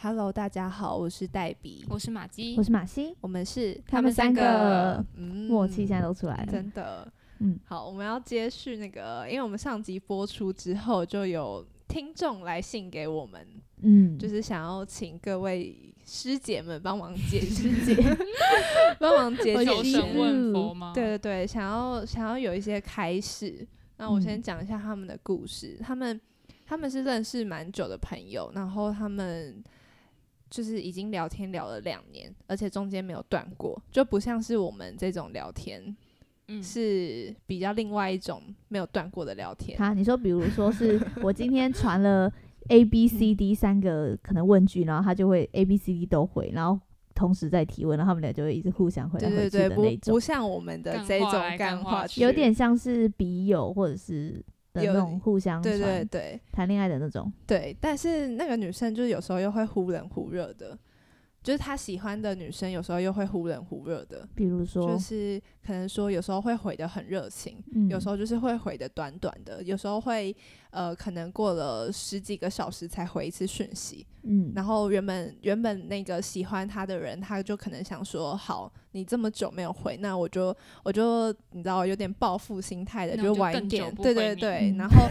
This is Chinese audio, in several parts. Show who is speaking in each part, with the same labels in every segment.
Speaker 1: Hello，大家好，我是黛比，
Speaker 2: 我是马姬
Speaker 3: 我，是马西，
Speaker 1: 我们是
Speaker 3: 他们三个
Speaker 1: 嗯
Speaker 3: 默契现在都出来了。
Speaker 1: 真的，
Speaker 3: 嗯
Speaker 1: 好，我们要接续那个，因为我们上集播出之后就有听众来信给我们，
Speaker 3: 嗯，
Speaker 1: 就是想要请各位师姐们帮忙解释，
Speaker 3: 师姐，
Speaker 1: 帮忙解
Speaker 3: 我
Speaker 1: 决
Speaker 2: 求
Speaker 3: 有
Speaker 1: 一
Speaker 3: 疑
Speaker 1: 些
Speaker 2: 神
Speaker 3: 问
Speaker 2: 问佛
Speaker 3: 哦
Speaker 2: 吗？
Speaker 1: 嗯对，对对，想要想要有一些开始。那我
Speaker 3: 嗯
Speaker 1: 先讲一下他们的故事。他们他们是认识蛮久的朋友，然后他们就是已经聊天聊了两年，而且中间没有断过，就不像是我们这种聊天
Speaker 2: 嗯，
Speaker 1: 是比较另外一种没有断过的聊天。
Speaker 3: 好，你说比如说是我今天 传了 A B C D 三个可能问句，然后他就会 A B C D 都回，然后同时在提问，然后他们俩就会一直互相回来
Speaker 1: 对
Speaker 3: 回
Speaker 1: 对
Speaker 3: 去
Speaker 1: 对，
Speaker 3: 的
Speaker 1: 不
Speaker 3: 那种
Speaker 1: 不，像我们的
Speaker 2: 干
Speaker 1: 这
Speaker 2: 话
Speaker 1: 种
Speaker 2: 来
Speaker 1: 干
Speaker 2: 干
Speaker 1: 话
Speaker 2: 话
Speaker 1: 去，
Speaker 2: 去
Speaker 3: 有点像是笔友或者是的
Speaker 1: 有
Speaker 3: 那种互相
Speaker 1: 对对
Speaker 3: 传
Speaker 1: 对
Speaker 3: 谈恋爱的那种。
Speaker 1: 对。但是那个女生就是有时候又会忽冷忽热的，就是她喜欢的女生有时候又会忽冷忽热的。
Speaker 3: 比如说嗯
Speaker 1: 就，是可能说有时候会回的很热情，有时
Speaker 3: 候
Speaker 1: 候就是会回的短短的，有时候会呃可能过了十几个小时才回一次讯息，
Speaker 3: 嗯，
Speaker 1: 然后原本原本那个喜欢他的人，他就可能想说，好，你这么久没有回，那我就我就你知道有点报复心态的，
Speaker 2: 那我就
Speaker 1: 晚一
Speaker 2: 更久
Speaker 1: 点，
Speaker 2: 不
Speaker 1: 对
Speaker 2: 回
Speaker 1: 对
Speaker 2: 你
Speaker 1: 对，
Speaker 3: 嗯
Speaker 1: 然 后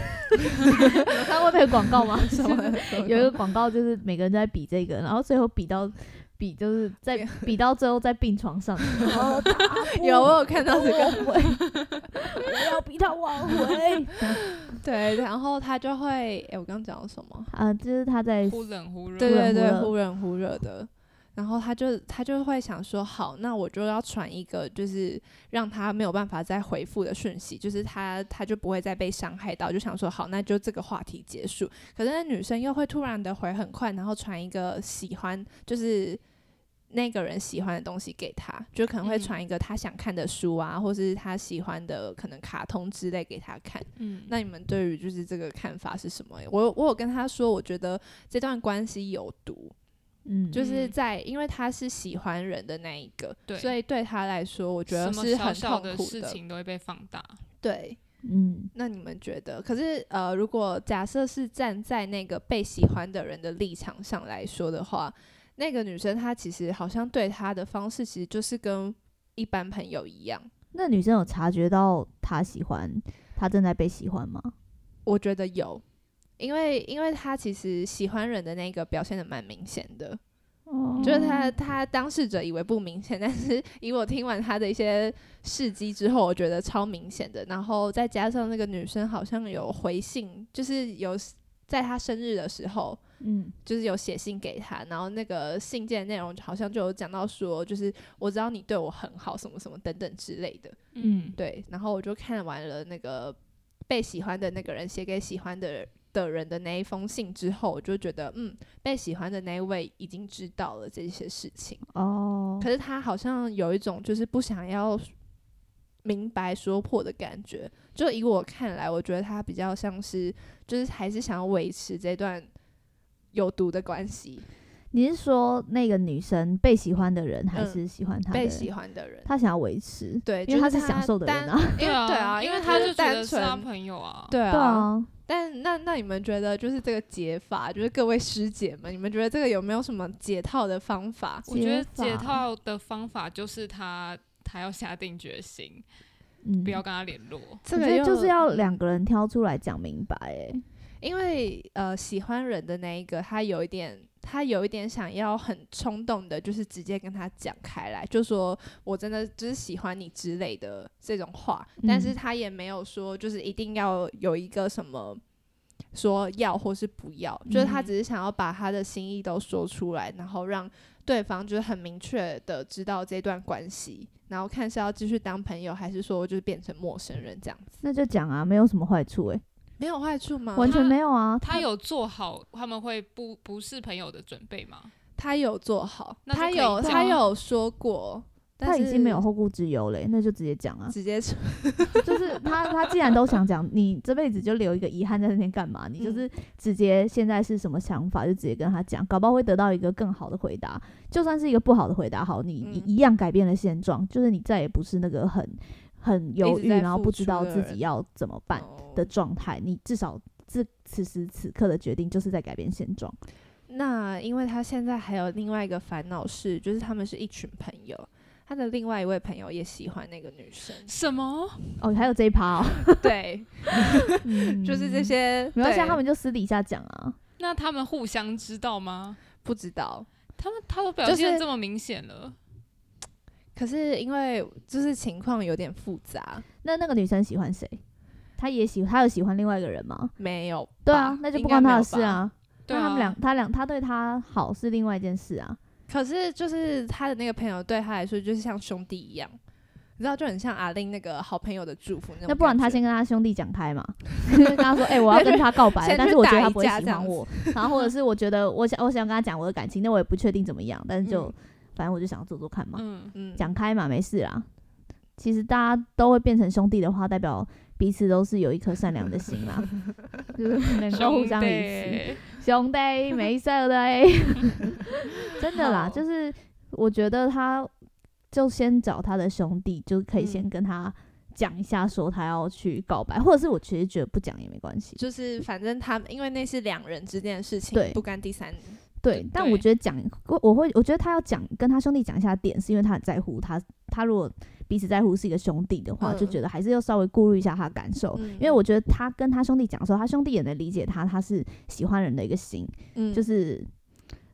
Speaker 3: 有看过那个广告吗？
Speaker 1: 什么什么
Speaker 3: 有一个广告就是每个人都在比这个，然后最后比到比就是在比到最后在病 床上，然后他不
Speaker 1: 有我有看到这个，
Speaker 3: 我会我要逼他挽回。
Speaker 1: 对，然后他就会，诶，我刚刚讲了什么？
Speaker 3: 啊，就是他在
Speaker 2: 忽冷忽热，
Speaker 1: 对
Speaker 3: 忽
Speaker 1: 对
Speaker 3: 冷忽
Speaker 1: 对，
Speaker 3: 热
Speaker 1: 忽冷忽热的。然后他就他就会想说，好，那我就要传一个就是让他没有办法再回复的讯息，就是他他就不会再被伤害到，就想说好，那就这个话题结束。可是那女生又会突然的回很快，然后传一个喜欢就是那个人喜欢的东西给他，就可能会
Speaker 2: 嗯
Speaker 1: 传一个他想看的书啊，或是他喜欢的可能卡通之类给他看。
Speaker 2: 嗯，
Speaker 1: 那你们对于就是这个看法是什么？我有我有跟他说，我觉得这段关系有毒，
Speaker 3: 嗯，
Speaker 1: 就是
Speaker 2: 嗯
Speaker 1: 在因为他是喜欢人的那一个，
Speaker 2: 对
Speaker 1: 所以对他来说，我觉得
Speaker 2: 什么
Speaker 1: 是
Speaker 2: 小
Speaker 1: 很
Speaker 2: 小
Speaker 1: 痛
Speaker 2: 的
Speaker 1: 苦
Speaker 2: 事情都会被放大，
Speaker 1: 对，
Speaker 3: 嗯
Speaker 1: 那你们觉得？可是呃，如果假设是站在那个被喜欢的人的立场上来说的话，那个女生她其实好像对他的方式，其实就是跟一般朋友一样。
Speaker 3: 那女生有察觉到他喜欢，他正在被喜欢吗？
Speaker 1: 我觉得有，因为因为他其实喜欢人的那个表现的蛮明显的。就是他他当事者以为不明显，但是以我听完他的一些事迹之后，我觉得超明显的。然后再加上那个女生好像有回信，就是有在他生日的时候，
Speaker 3: 嗯
Speaker 1: 就是有写信给他，然后那个信件内容好像就有讲到说，就是我知道你对我很好，什么什么等等之类的。
Speaker 3: 嗯
Speaker 1: 对，然后我就看完了那个被喜欢的那个人写给喜欢的人的人的那一封信之后，我就觉得，嗯，被喜欢的那一位已经知道了这些事情，
Speaker 3: 哦
Speaker 1: 可，是他好像有一种就是不想要明白说破的感觉。就以我看来，我觉得他比较像是就是还是想要维持这段有毒的关系，
Speaker 3: 你是说那个女生被喜欢的人还
Speaker 1: 嗯
Speaker 3: 是喜欢他的
Speaker 1: 被
Speaker 3: 人？
Speaker 1: 喜欢的人。
Speaker 3: 他想要维持，
Speaker 1: 对，就
Speaker 3: 因为
Speaker 1: 他
Speaker 3: 他是享受的
Speaker 1: 单
Speaker 3: 人啊。
Speaker 1: 因为对啊，
Speaker 2: 因
Speaker 1: 为
Speaker 2: 他就觉
Speaker 1: 单
Speaker 2: 得是他
Speaker 1: 纯
Speaker 2: 朋友啊，
Speaker 1: 对
Speaker 3: 对啊，
Speaker 1: 但那那你们觉得就是这个解法，就是各位师姐们，你们觉得这个有没有什么解套的方法？
Speaker 2: 我觉得
Speaker 3: 解法
Speaker 2: 解套的方法就是他他要下定决心，
Speaker 3: 嗯，
Speaker 2: 不要跟他联络。
Speaker 1: 这
Speaker 3: 我
Speaker 1: 个
Speaker 3: 觉得就是要
Speaker 1: 嗯
Speaker 3: 两个人挑出来讲明白、欸，
Speaker 1: 因为呃喜欢人的那一个，他有一点，他有一点想要很冲动的，就是直接跟他讲开来，就说我真的就是喜欢你之类的这种话，但是
Speaker 3: 嗯
Speaker 1: 他也没有说就是一定要有一个什么。说要或是不要，就是他
Speaker 2: 嗯
Speaker 1: 只是想要把他的心意都说出来，然后让对方就是很明确的知道这段关系，然后看是要继续当朋友，还是说就是变成陌生人这样子，
Speaker 3: 那就讲啊，没有什么坏处、欸，
Speaker 1: 没有坏处吗？
Speaker 3: 完全没有啊。
Speaker 2: 他有做好他们会不不是朋友的准备吗？
Speaker 1: 他有做好，
Speaker 2: 那就
Speaker 1: 他
Speaker 2: 可以
Speaker 1: 有
Speaker 2: 做
Speaker 1: 他
Speaker 2: 啊，
Speaker 1: 有说过，但
Speaker 3: 他已经没有
Speaker 1: 是
Speaker 3: 后顾之忧嘞、那就直接讲啊。
Speaker 1: 直接出哦
Speaker 3: 就是他他既然都想讲， 你这辈子就留一个遗憾在那边干嘛？你
Speaker 1: 嗯
Speaker 3: 就是直接现在是什么想法，就直接跟他讲，搞不好会得到一个更好的回答。就算是一个不好的回答，好，你你
Speaker 1: 嗯
Speaker 3: 一样改变了现状，就是你再也不是那个很很犹
Speaker 1: 一直
Speaker 3: 豫，
Speaker 1: 在
Speaker 3: 然后
Speaker 1: 付
Speaker 3: 不知
Speaker 1: 出
Speaker 3: 道
Speaker 1: 的
Speaker 3: 自
Speaker 1: 人
Speaker 3: 己要怎么办
Speaker 1: 哦
Speaker 3: 的状态。你至少这此时此刻的决定就是在改变现状。
Speaker 1: 那因为他现在还有另外一个烦恼是，就是他们是一群朋友，他的另外一位朋友也喜欢那个女 生
Speaker 2: 什么？
Speaker 3: 哦，还有这一 趴哦，
Speaker 1: 对，
Speaker 3: 嗯
Speaker 1: 就是这。些，
Speaker 3: 没关系啊，
Speaker 1: 对
Speaker 3: 他们就私底下讲啊。
Speaker 2: 那他们互相知道吗？
Speaker 1: 不知道。
Speaker 2: 他们他都表
Speaker 1: 就
Speaker 2: 现
Speaker 1: 是
Speaker 2: 得这么明显了，
Speaker 1: 可是因为就是情况有点复杂，
Speaker 3: 那那个女生喜欢谁？她也喜，她有喜欢另外一个人吗？
Speaker 1: 没有吧，
Speaker 3: 对啊，那就
Speaker 1: 应
Speaker 3: 不
Speaker 1: 该
Speaker 3: 关
Speaker 1: 没
Speaker 3: 她的
Speaker 1: 有
Speaker 3: 事
Speaker 1: 吧。
Speaker 3: 啊。
Speaker 2: 对
Speaker 3: 那
Speaker 2: 啊，
Speaker 3: 他们两，他两，他对她好是另外一件事啊。
Speaker 1: 可是就是他的那个朋友对他来说就是像兄弟一样，你知道就很像阿令那个好朋友的祝福那种
Speaker 3: 那不然他
Speaker 1: 感觉
Speaker 3: 先跟他兄弟讲开嘛， 就跟他说，哎、我要跟他告白
Speaker 1: 先
Speaker 3: 了，
Speaker 1: 去
Speaker 3: 但是我觉得他
Speaker 1: 打一
Speaker 3: 不会
Speaker 1: 架
Speaker 3: 喜
Speaker 1: 这样
Speaker 3: 欢
Speaker 1: 子
Speaker 3: 我，然后或者是我觉得我想我想跟他讲我的感情，那我也不确定怎么样，但是就、反正我就想做做看嘛，
Speaker 2: 嗯，
Speaker 1: 嗯
Speaker 3: 讲开嘛，没事啦。其实大家都会变成兄弟的话，代表彼此都是有一颗善良的心 啦，就是能够互相理解。
Speaker 2: 理
Speaker 3: 兄弟，没事的、欸 真的啦，
Speaker 1: 好
Speaker 3: 就是我觉得他就先找他的兄弟，就可以先
Speaker 1: 嗯
Speaker 3: 跟他讲一下，说他要去告白，或者是我其实觉得不讲也没关系。
Speaker 1: 就是反正他们因为那是两人之间的事情
Speaker 3: 对，
Speaker 1: 不干第三人。
Speaker 3: 对，但我
Speaker 2: 对
Speaker 3: 觉得讲，我我会，我觉得他要讲跟他兄弟讲一下点，是因为他很在乎他，他如果彼此在乎是一个兄弟的话，就
Speaker 1: 嗯
Speaker 3: 觉得还是要稍微顾虑一下他的感受。
Speaker 1: 嗯
Speaker 3: 因为我觉得他跟他兄弟讲的时候，他兄弟也能理解他，他是喜欢人的一个心，
Speaker 1: 嗯
Speaker 3: 就是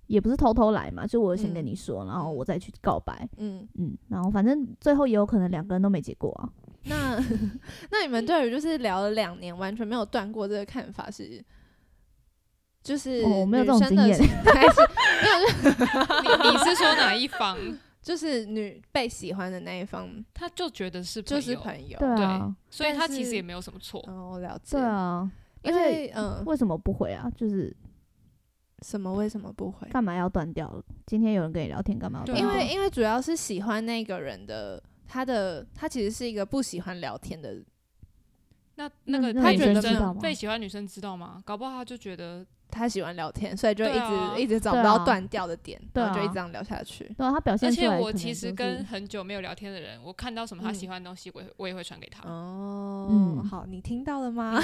Speaker 3: 也不是偷偷来嘛，就我先跟
Speaker 1: 嗯
Speaker 3: 你说，然后我再去告白，
Speaker 1: 嗯，
Speaker 3: 嗯，然后反正最后也有可能两个人都没结果啊。
Speaker 2: 哦
Speaker 1: 那 那你们对于就是聊了两年完全没有断过这个看法是，就是
Speaker 3: 哦我没有
Speaker 1: 女
Speaker 3: 这种
Speaker 1: 生的
Speaker 3: 经验
Speaker 1: 心态是 没有就
Speaker 2: 你你是说哪一方？
Speaker 1: 就是女被喜欢的那一方
Speaker 2: 他就觉得是朋
Speaker 1: 就
Speaker 2: 友，
Speaker 1: 是朋友。
Speaker 3: 对啊，
Speaker 2: 所以他
Speaker 1: 但是
Speaker 2: 其实也没有什么错。
Speaker 1: 哦，了解。
Speaker 3: 对啊，
Speaker 1: 因
Speaker 3: 而且
Speaker 1: 为嗯，
Speaker 3: 为什么不回啊？就是
Speaker 1: 什么为什么不回？
Speaker 3: 干嘛要断掉？今天有人跟你聊天，干嘛要
Speaker 2: 对
Speaker 3: 断
Speaker 2: 啊
Speaker 1: 因
Speaker 3: 掉？
Speaker 1: 为因为主要是喜欢那个人的，他的他其实是一个不喜欢聊天的，
Speaker 2: 那那个
Speaker 3: 嗯那
Speaker 1: 那
Speaker 2: 被
Speaker 1: 女
Speaker 2: 女
Speaker 1: 生知
Speaker 3: 道吗
Speaker 2: 生被喜欢女生知道吗？搞不好他就觉得
Speaker 1: 他喜欢聊天，所以就一直、
Speaker 2: 对啊
Speaker 1: 一直找
Speaker 3: 对
Speaker 1: 不
Speaker 3: 啊
Speaker 1: 到断掉的点，
Speaker 3: 对
Speaker 1: 然后就一
Speaker 3: 啊
Speaker 1: 直这样聊下去。
Speaker 3: 对啊，他表现
Speaker 2: 而
Speaker 3: 出
Speaker 2: 且
Speaker 3: 来
Speaker 2: 我
Speaker 3: 可
Speaker 2: 其
Speaker 3: 能
Speaker 2: 实
Speaker 3: 就是
Speaker 2: 跟很久没有聊天的人，我看到什么
Speaker 1: 嗯
Speaker 2: 他喜欢的东西，我也我也会传给他。
Speaker 1: 哦，
Speaker 3: 嗯
Speaker 1: 好，你听到了吗？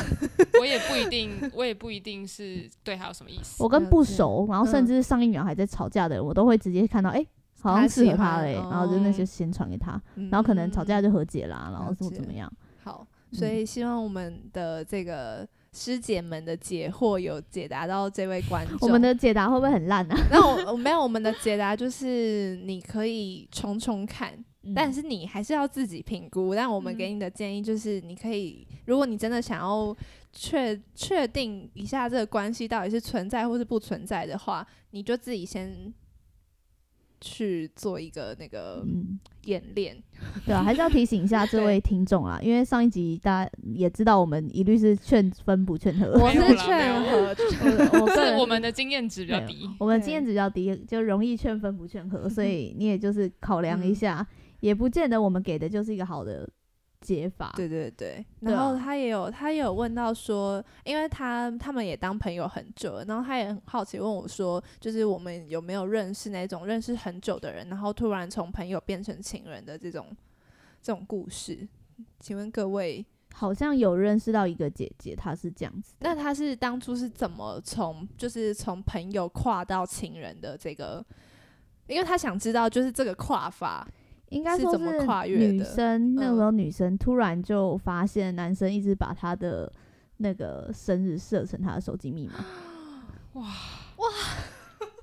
Speaker 2: 我也不一定， 我也不一定是对他有什么意思
Speaker 3: 我。跟
Speaker 1: 了
Speaker 3: 不
Speaker 1: 解
Speaker 3: 熟，然后甚
Speaker 1: 嗯
Speaker 3: 至上一秒还在吵架的人，我都会直接看到，哎、好像
Speaker 1: 他
Speaker 3: 适
Speaker 1: 喜
Speaker 3: 合他
Speaker 1: 欢
Speaker 3: 嘞、然后就那
Speaker 1: 哦
Speaker 3: 些先传给他，
Speaker 1: 嗯
Speaker 3: 然后可能吵架嗯
Speaker 1: 嗯
Speaker 3: 就和解啦，然后
Speaker 1: 了
Speaker 3: 怎么怎
Speaker 1: 解
Speaker 3: 么样，
Speaker 1: 好，所以希望我们的这个师姐们的解惑有解答到这位观众。
Speaker 3: 我们的解答会不会很烂啊？
Speaker 1: 那我我没有我们的解答就是你可以冲冲看，但
Speaker 3: 嗯
Speaker 1: 是你还是要自己评估。但我们
Speaker 2: 嗯
Speaker 1: 给你的建议就是，你可以，如果你真的想要确确定一下这个关系到底是存在或是不存在的话，你就自己先去做一个那个
Speaker 3: 嗯，
Speaker 1: 演练。
Speaker 3: 对啊，还是要提醒一下这
Speaker 1: 对
Speaker 3: 位听众啦，因为上一集大家也知道，我们一律是劝分不劝和，
Speaker 1: 我
Speaker 2: 没有
Speaker 1: 是
Speaker 2: 啦
Speaker 1: 劝
Speaker 2: 没
Speaker 1: 和，
Speaker 3: 我我个
Speaker 2: 是
Speaker 3: 人
Speaker 2: 我们的经验值比较
Speaker 3: 没有
Speaker 2: 低，
Speaker 3: 我们经
Speaker 1: 对
Speaker 3: 验值比较低，就容易劝分不劝和， 所以你也就是考量一
Speaker 1: 嗯
Speaker 3: 下，也不见得我们给的就是一个好的解法。
Speaker 1: 对对对，
Speaker 3: 对
Speaker 1: 然后
Speaker 3: 啊
Speaker 1: 他也有他也有问到说，因为他他们也当朋友很久了，然后他也很好奇问我说，就是我们有没有认识那种认识很久的人，然后突然从朋友变成情人的这种这种故事？请问各位，
Speaker 3: 好像有认识到一个姐姐，她是这样子的。
Speaker 1: 那他是当初是怎么从就是从朋友跨到情人的这个？因为他想知道就是这个跨法，
Speaker 3: 应该
Speaker 1: 是
Speaker 3: 说
Speaker 1: 怎么
Speaker 3: 是
Speaker 1: 跨越
Speaker 3: 女
Speaker 1: 的
Speaker 3: 生那
Speaker 1: 嗯
Speaker 3: 时候女生突然就发现男生一直把她的那个生日设成她的手机密 码，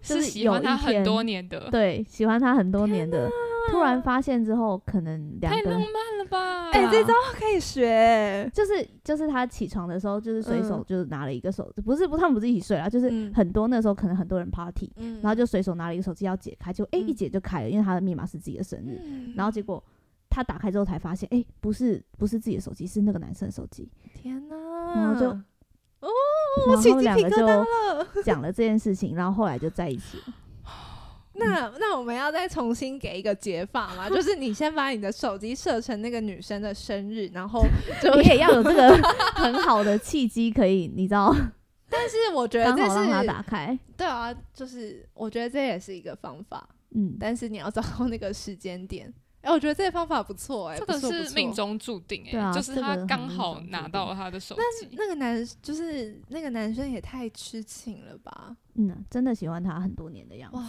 Speaker 3: 就是
Speaker 2: 是喜欢
Speaker 3: 有一
Speaker 2: 他
Speaker 3: 天
Speaker 2: 很多年的，
Speaker 3: 对，喜欢她很多年的，突然发现之后，可能两
Speaker 2: 太
Speaker 3: 个
Speaker 2: 浪
Speaker 3: 人
Speaker 2: 漫了吧？
Speaker 1: 哎、这
Speaker 3: 对啊
Speaker 1: 招可以学，
Speaker 3: 就是就是她起床的时候，就是随手
Speaker 1: 嗯
Speaker 3: 就拿了一个手，不是不他们不是一起睡啦，就是
Speaker 1: 嗯
Speaker 3: 很多那时候可能很多人 party，
Speaker 1: 嗯
Speaker 3: 然后就随手拿了一个手机要解开，就哎、一
Speaker 1: 嗯
Speaker 3: 解就开了，因为她的密码是自己的生日，
Speaker 1: 嗯
Speaker 3: 然后结果。她打开之后才发现，哎、不是，不是自己的手机，是那个男生的手 机。
Speaker 1: 天哪，
Speaker 3: 然后就
Speaker 1: 哦，
Speaker 3: 然
Speaker 1: 我
Speaker 3: 后
Speaker 1: 起
Speaker 3: 他们
Speaker 1: 鸡
Speaker 3: 两
Speaker 1: 皮
Speaker 3: 个
Speaker 1: 疙
Speaker 3: 就
Speaker 1: 瘩
Speaker 3: 嗯
Speaker 1: 了。
Speaker 3: 讲了这件事情，然后后来就在一起了。
Speaker 1: 那那我们要再重新给一个解法 吗？就是你先把你的手机设成那个女生的生日，然 后就
Speaker 3: 你也要有这个很好的契机，可以你知道，
Speaker 1: 但是我觉得
Speaker 3: 刚
Speaker 1: 这
Speaker 3: 好让他
Speaker 1: 是
Speaker 3: 打开。
Speaker 1: 对啊，就是我觉得这也是一个方法，
Speaker 3: 嗯，
Speaker 1: 但是你要找到那个时间点。哎、哎、我觉得这个方法不错、哎，
Speaker 2: 这
Speaker 1: 不
Speaker 2: 个
Speaker 1: 错
Speaker 2: 是命。中注定哎、
Speaker 3: 对啊
Speaker 2: 就是
Speaker 3: 这
Speaker 2: 他
Speaker 3: 个很
Speaker 2: 刚
Speaker 3: 命
Speaker 2: 好
Speaker 3: 中注
Speaker 2: 拿
Speaker 3: 定
Speaker 2: 到了他的手
Speaker 1: 不错
Speaker 2: 机。
Speaker 1: 那个男就是那个男生也太痴情了吧！
Speaker 3: 嗯啊，真的喜欢他很多年的样子
Speaker 1: 哇。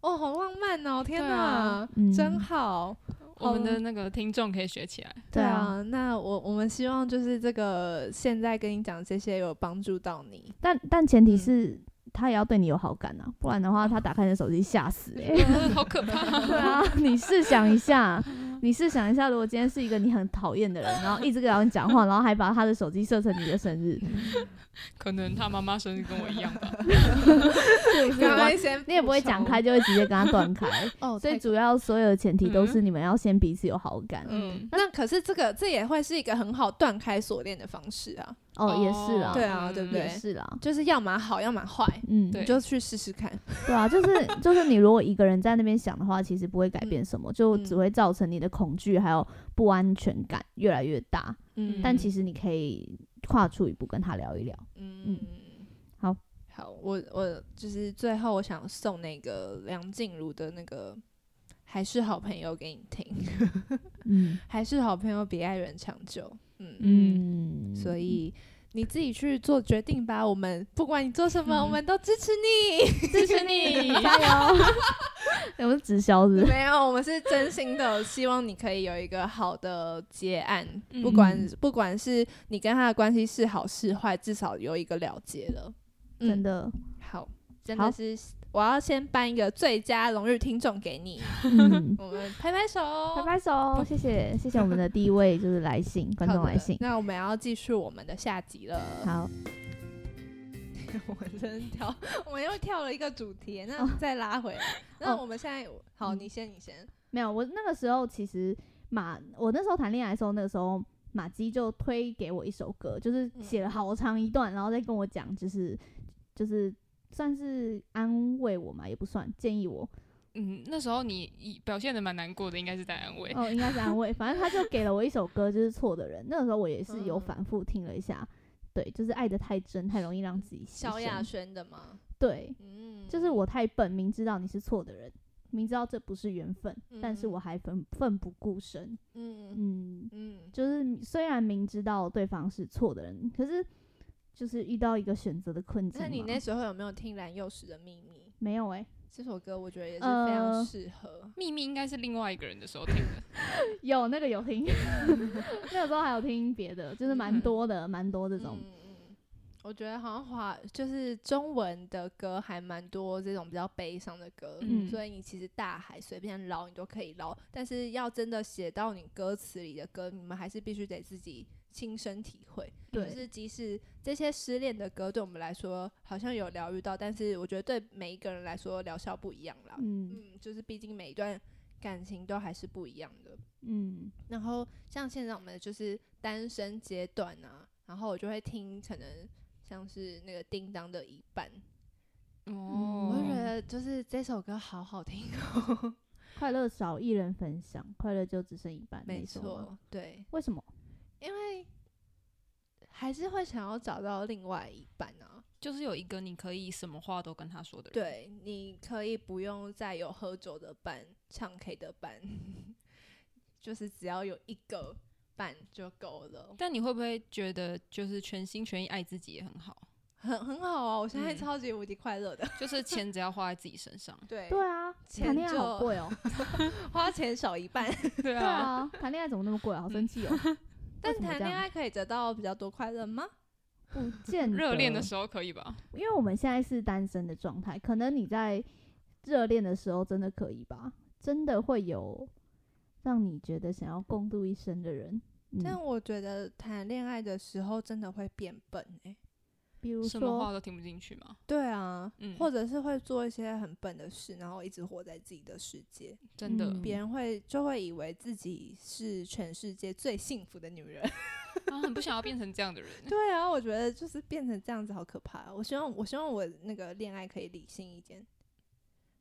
Speaker 1: 哦，好浪漫哦！天
Speaker 2: 对
Speaker 1: 哪，
Speaker 2: 啊
Speaker 3: 嗯
Speaker 1: 真好。
Speaker 2: 我
Speaker 1: 好
Speaker 2: 们
Speaker 3: 哦
Speaker 2: 的那个听众可以学起来。
Speaker 1: 对
Speaker 3: 对
Speaker 1: 啊，
Speaker 3: 啊
Speaker 1: 那我我们希望就是这个现在跟你讲这些有帮助到你。
Speaker 3: 但但前提
Speaker 1: 嗯
Speaker 3: 是他也要对你有好感啊，不然的话他打开你的手机 吓死、欸。
Speaker 2: 好可怕！
Speaker 3: 对啊，你试想一下，你试想一下，如果今天是一个你很讨厌的人，然后一直跟你讲话，然后还把他的手机设成你的生 日，
Speaker 2: 可能他妈妈生日跟我一样吧。
Speaker 3: 是不是？
Speaker 1: 赶快先
Speaker 3: 你也不会
Speaker 1: 补充
Speaker 3: 讲开，就会直接跟他断开。
Speaker 1: 哦，
Speaker 3: 所以
Speaker 1: 太
Speaker 3: 主要所有的前提都
Speaker 2: 嗯
Speaker 3: 是你们要先彼此有好感。
Speaker 2: 嗯，
Speaker 1: 那可是这个这也会是一个很好断开锁链的方式啊，
Speaker 3: 哦，也是啦，
Speaker 1: 对啊对不对
Speaker 3: 也是啦，
Speaker 1: 就是要么好，要么坏，
Speaker 3: 嗯，
Speaker 2: 对
Speaker 1: 你就去试试看。
Speaker 3: 对啊，就是就是你如果一个人在那边想的话，其实不会改变什么，就只
Speaker 1: 嗯
Speaker 3: 会造成你的恐惧还有不安全感越来越大。
Speaker 1: 嗯，
Speaker 3: 但其实你可以跨出一步跟他聊一聊。
Speaker 1: 嗯，
Speaker 3: 好，
Speaker 1: 好，我我就是最后我想送那个梁静茹的那个。还是好朋友给你听，
Speaker 3: 嗯
Speaker 1: 还是好朋友比爱人长久。嗯，
Speaker 3: 嗯，
Speaker 1: 所以你自己去做决定吧。我们不管你做什么，我们都支持你。
Speaker 2: 支 持你，
Speaker 3: 加油！哎我们直销是不是
Speaker 1: 没有，我们是真心的，希望你可以有一个好的结案。
Speaker 2: 嗯
Speaker 1: 不管不管是你跟他的关系是好是坏，至少有一个了结了。嗯
Speaker 3: 真的，
Speaker 1: 好，真
Speaker 3: 好
Speaker 1: 的是。我要先颁一个最佳荣誉听众给你，
Speaker 3: 嗯，
Speaker 1: 我们拍拍手，
Speaker 3: 拍拍手，谢谢谢谢我们的第一位就是来信观众
Speaker 1: 好的
Speaker 3: 来信，
Speaker 1: 那我们要继续我们的下集了。
Speaker 3: 好，
Speaker 1: 我们真的 跳，我们又跳了一个主题，那
Speaker 3: 哦
Speaker 1: 再拉回来。那
Speaker 3: 哦
Speaker 1: 我们现在好，
Speaker 3: 嗯
Speaker 1: 你先，你先。
Speaker 3: 没有，我那个时候其实马，我那时候谈恋爱的时候，那个时候马基就推给我一首歌，就是
Speaker 1: 嗯
Speaker 3: 写了好长一段，然后再跟我讲，就是就是算是安慰我嘛，也不算建议我，
Speaker 2: 嗯，那时候你你表现的蛮难过的，应该是在安慰。
Speaker 3: 哦，应该是安慰，反正他就给了我一首歌，就是错的人。那个时候我也是有
Speaker 1: 嗯
Speaker 3: 反复听了一下，对，就是爱的太真，太容易让自己牺
Speaker 1: 萧亚
Speaker 3: 牲
Speaker 1: 轩的吗？
Speaker 3: 对，
Speaker 1: 嗯，
Speaker 3: 就是我太笨，明知道你是错的人，明知道这不是缘分，但是
Speaker 1: 嗯
Speaker 3: 我还奋奋不顾身，
Speaker 1: 嗯，
Speaker 3: 嗯，
Speaker 1: 嗯
Speaker 3: 就是虽然明知道对方是错的人，可是就是遇到一个选择的困境嘛。
Speaker 1: 那你那时候有没有听蓝幼时的秘密？
Speaker 3: 没有哎、
Speaker 1: 这首歌我觉得也是非常
Speaker 3: 呃
Speaker 1: 适合。
Speaker 2: 秘密应该是另外一个人的时候听的。
Speaker 3: 有那个有 听，那个时候还有听别的，就是蛮
Speaker 2: 嗯
Speaker 3: 多的，蛮、多这
Speaker 1: 嗯
Speaker 3: 种。
Speaker 1: 嗯嗯，我觉得好像华就是中文的歌还蛮多这种比较悲伤的歌，
Speaker 2: 嗯
Speaker 1: 所以你其实大海随便捞你都可以捞，但是要真的写到你歌词里的歌，你们还是必须得自己亲身体会。
Speaker 3: 对
Speaker 1: 就是即使这些失恋的歌对我们来说好像有疗愈到，但是我觉得对每一个人来说疗效不一样啦。
Speaker 3: 嗯
Speaker 1: 嗯，就是毕竟每一段感情都还是不一样的。
Speaker 3: 嗯
Speaker 1: 然后像现在我们就是单身阶段啊，然后我就会听可能像是那个叮当的一半，我就觉
Speaker 2: 哦，
Speaker 1: 得就是这首歌好好听哦。
Speaker 3: 快乐少一人分享，快乐就只剩一半。
Speaker 1: 没
Speaker 3: 那首吗，
Speaker 1: 错，对，
Speaker 3: 为什么？
Speaker 1: 因为还是会想要找到另外一半啊。
Speaker 2: 就是有一个你可以什么话都跟他说的人。，
Speaker 1: 对，你可以不用再有喝酒的伴、唱 K 的伴， 就是只要有一个伴就够了。
Speaker 2: 但你会不会觉得就是全心全意爱自己也很 好？
Speaker 1: 很很好啊，我现在
Speaker 2: 嗯
Speaker 1: 超级无敌快乐的。。
Speaker 2: 就是钱只要花在自己身上
Speaker 1: 对啊
Speaker 3: 对啊，
Speaker 1: 钱
Speaker 3: 谈恋爱
Speaker 1: 就
Speaker 3: 好 贵哦、
Speaker 1: 花钱少一半，
Speaker 2: 对
Speaker 3: 对，啊，谈恋爱怎么那么贵啊？好生气哦、
Speaker 1: 但
Speaker 3: 为什么
Speaker 1: 谈
Speaker 3: 这
Speaker 1: 恋
Speaker 3: 样
Speaker 1: 爱可以得到比较多快乐吗？嗯
Speaker 3: 不见
Speaker 2: 热恋
Speaker 3: 得
Speaker 2: 的时候可以吧？
Speaker 3: 因为我们现在是单身的状态，可能你在热恋的时候真的可以吧？真的会有让你觉得想要共度一生的人，嗯，
Speaker 1: 但我觉得谈恋爱的时候真的会变笨哎、
Speaker 3: 比如
Speaker 2: 什么
Speaker 3: 说
Speaker 2: 话都听不进去吗？
Speaker 1: 对啊，
Speaker 2: 嗯
Speaker 1: 或者是会做一些很笨的事，然后一直活在自己的世界，
Speaker 2: 真的
Speaker 3: 嗯
Speaker 1: 别人会就会以为自己是全世界最幸福的女人。
Speaker 2: 啊，很不想要变成这样的 人。
Speaker 1: 对啊，我觉得就是变成这样子好可怕啊。我希望我希望我那个恋爱可以理性一点，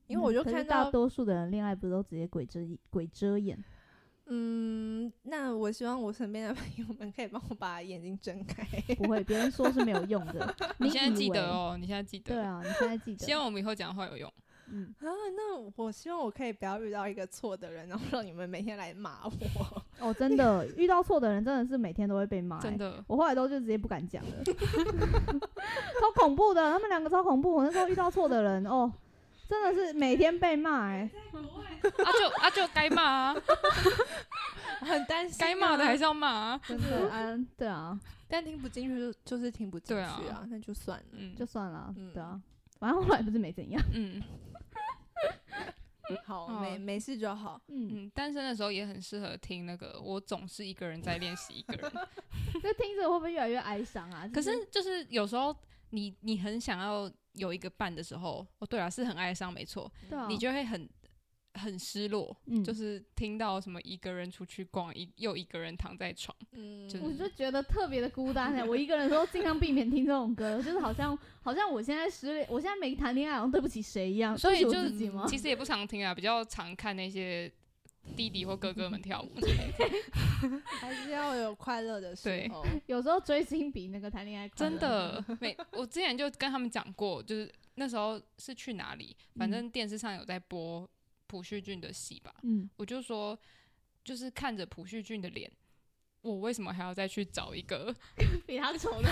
Speaker 1: 因为我
Speaker 3: 嗯
Speaker 1: 就
Speaker 3: 可是
Speaker 1: 看
Speaker 3: 大
Speaker 1: 到
Speaker 3: 多数的人恋爱不是都直接鬼遮鬼遮眼，
Speaker 1: 嗯，那我希望我身边的朋友们可以帮我把眼睛睁开。
Speaker 3: 不会，别人说是没有用的。
Speaker 2: 你现在
Speaker 3: 以
Speaker 2: 记
Speaker 3: 为
Speaker 2: 得？哦，你现在记得。
Speaker 3: 对啊，你现在记
Speaker 2: 希
Speaker 3: 得。
Speaker 2: 望我们以后讲话有用。
Speaker 3: 嗯，
Speaker 1: 啊，那我希望我可以不要遇到一个错的人，然后让你们每天来骂我。
Speaker 3: 哦，真的，遇到错的人真的是每天都会被骂、
Speaker 2: 真
Speaker 3: 欸。
Speaker 2: 的，
Speaker 3: 我后来都就直接不敢讲了， 超恐怖的，他们两个超恐怖。我那时候遇到错的人，哦，真的是每天被骂、欸，
Speaker 2: 啊就啊就该骂 啊，
Speaker 1: 很担心、啊，
Speaker 2: 该骂的还是要骂啊，
Speaker 3: 真的，嗯，对啊，
Speaker 1: 但听不进去就就是听不进去
Speaker 2: 对啊
Speaker 1: 那就算了。
Speaker 2: 嗯，
Speaker 3: 就算了，
Speaker 1: 嗯
Speaker 3: 对啊，反正后来不是没怎样，
Speaker 2: 嗯
Speaker 1: 好，
Speaker 2: 好啊
Speaker 1: 没没事就好。
Speaker 3: 嗯，
Speaker 2: 嗯，单身的时候也很适合听那个“我总是一个人在练习一个人”，
Speaker 3: 就听着会不会越来越哀伤啊？
Speaker 2: 可
Speaker 3: 就是
Speaker 2: 就是有时候你你很想要有一个伴的时候，哦对啊，是很哀伤，没错，
Speaker 3: 对啊，
Speaker 2: 嗯你就会很很失落，
Speaker 3: 嗯
Speaker 2: 就是听到什么一个人出去逛，一又一个人躺在床，
Speaker 1: 嗯，
Speaker 2: 就
Speaker 3: 我
Speaker 2: 是
Speaker 3: 就觉得特别的孤单哎、我一个人都尽量避免听这种歌，就是好像好像我现在失恋，我现在没谈恋爱，好像对不起谁一样，
Speaker 2: 所以
Speaker 3: 对不起
Speaker 2: 就
Speaker 3: 我自己吗？
Speaker 2: 其实也不常听啊，比较常看那些弟弟或哥哥们跳舞之类的，
Speaker 1: 还是要有快乐的时
Speaker 2: 对
Speaker 1: 候。
Speaker 3: 有时候追星比那个谈恋爱快
Speaker 2: 真，
Speaker 3: 乐
Speaker 2: 的，每我之前就跟他们讲过，就是那时候是去哪里，反正电视上有在播朴叙俊的戏吧，
Speaker 3: 嗯，
Speaker 2: 我就说，就是看着朴叙俊的脸，我为什么还要再去找一个？
Speaker 3: 比他 丑的。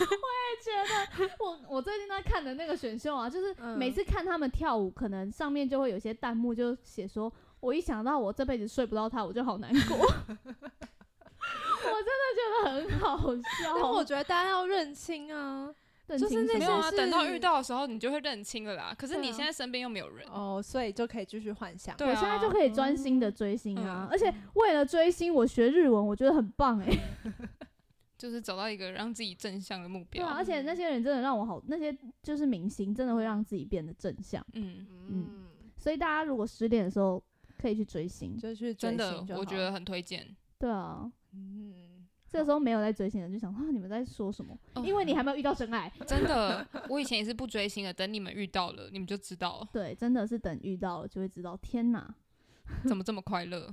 Speaker 3: 我也觉得，我我最近在看的那个选秀啊，就是
Speaker 1: 嗯
Speaker 3: 每次看他们跳舞，可能上面就会有一些弹幕就写说，我一想到我这辈子睡不到他，我就好难过。 我真的觉得很好笑，
Speaker 1: 但 我觉得大家要认清啊。
Speaker 3: 认
Speaker 1: 就是
Speaker 3: 清
Speaker 1: 那
Speaker 3: 什
Speaker 1: 些
Speaker 2: 没
Speaker 3: 么
Speaker 2: 有啊，
Speaker 1: 是
Speaker 2: 等到遇到的时候，你就会认清了啦。可是
Speaker 3: 对啊
Speaker 2: 你现在身边又没有人，
Speaker 1: 哦，所以就可以继续幻想。
Speaker 2: 对
Speaker 3: 我
Speaker 2: 啊，
Speaker 3: 现在就可以专心的追星
Speaker 2: 嗯
Speaker 3: 啊，而且为了追星，我学日文，我觉得很棒哎、
Speaker 1: 啊
Speaker 2: 就是找到一个让自己正向的目
Speaker 3: 对
Speaker 2: 标。
Speaker 3: 啊，而且那些人真的让我好，那些就是明星真的会让自己变得正向，
Speaker 2: 嗯，
Speaker 1: 嗯，
Speaker 3: 所以大家如果失恋的时候可以去追星，
Speaker 1: 就去追
Speaker 2: 真
Speaker 1: 星就
Speaker 2: 的，我
Speaker 1: 好
Speaker 2: 觉，得很推荐。
Speaker 3: 对啊，
Speaker 1: 嗯，
Speaker 3: 这个时候没有在追星的人就想啊，你们在说什么？
Speaker 2: 哦
Speaker 3: 因为 你还没有遇到真爱。
Speaker 2: 真的，我以前也是不追星的，等你们遇到了，你们就知道了
Speaker 3: 对，真的是等遇到了就会知道，天哪！
Speaker 2: 怎么这么快乐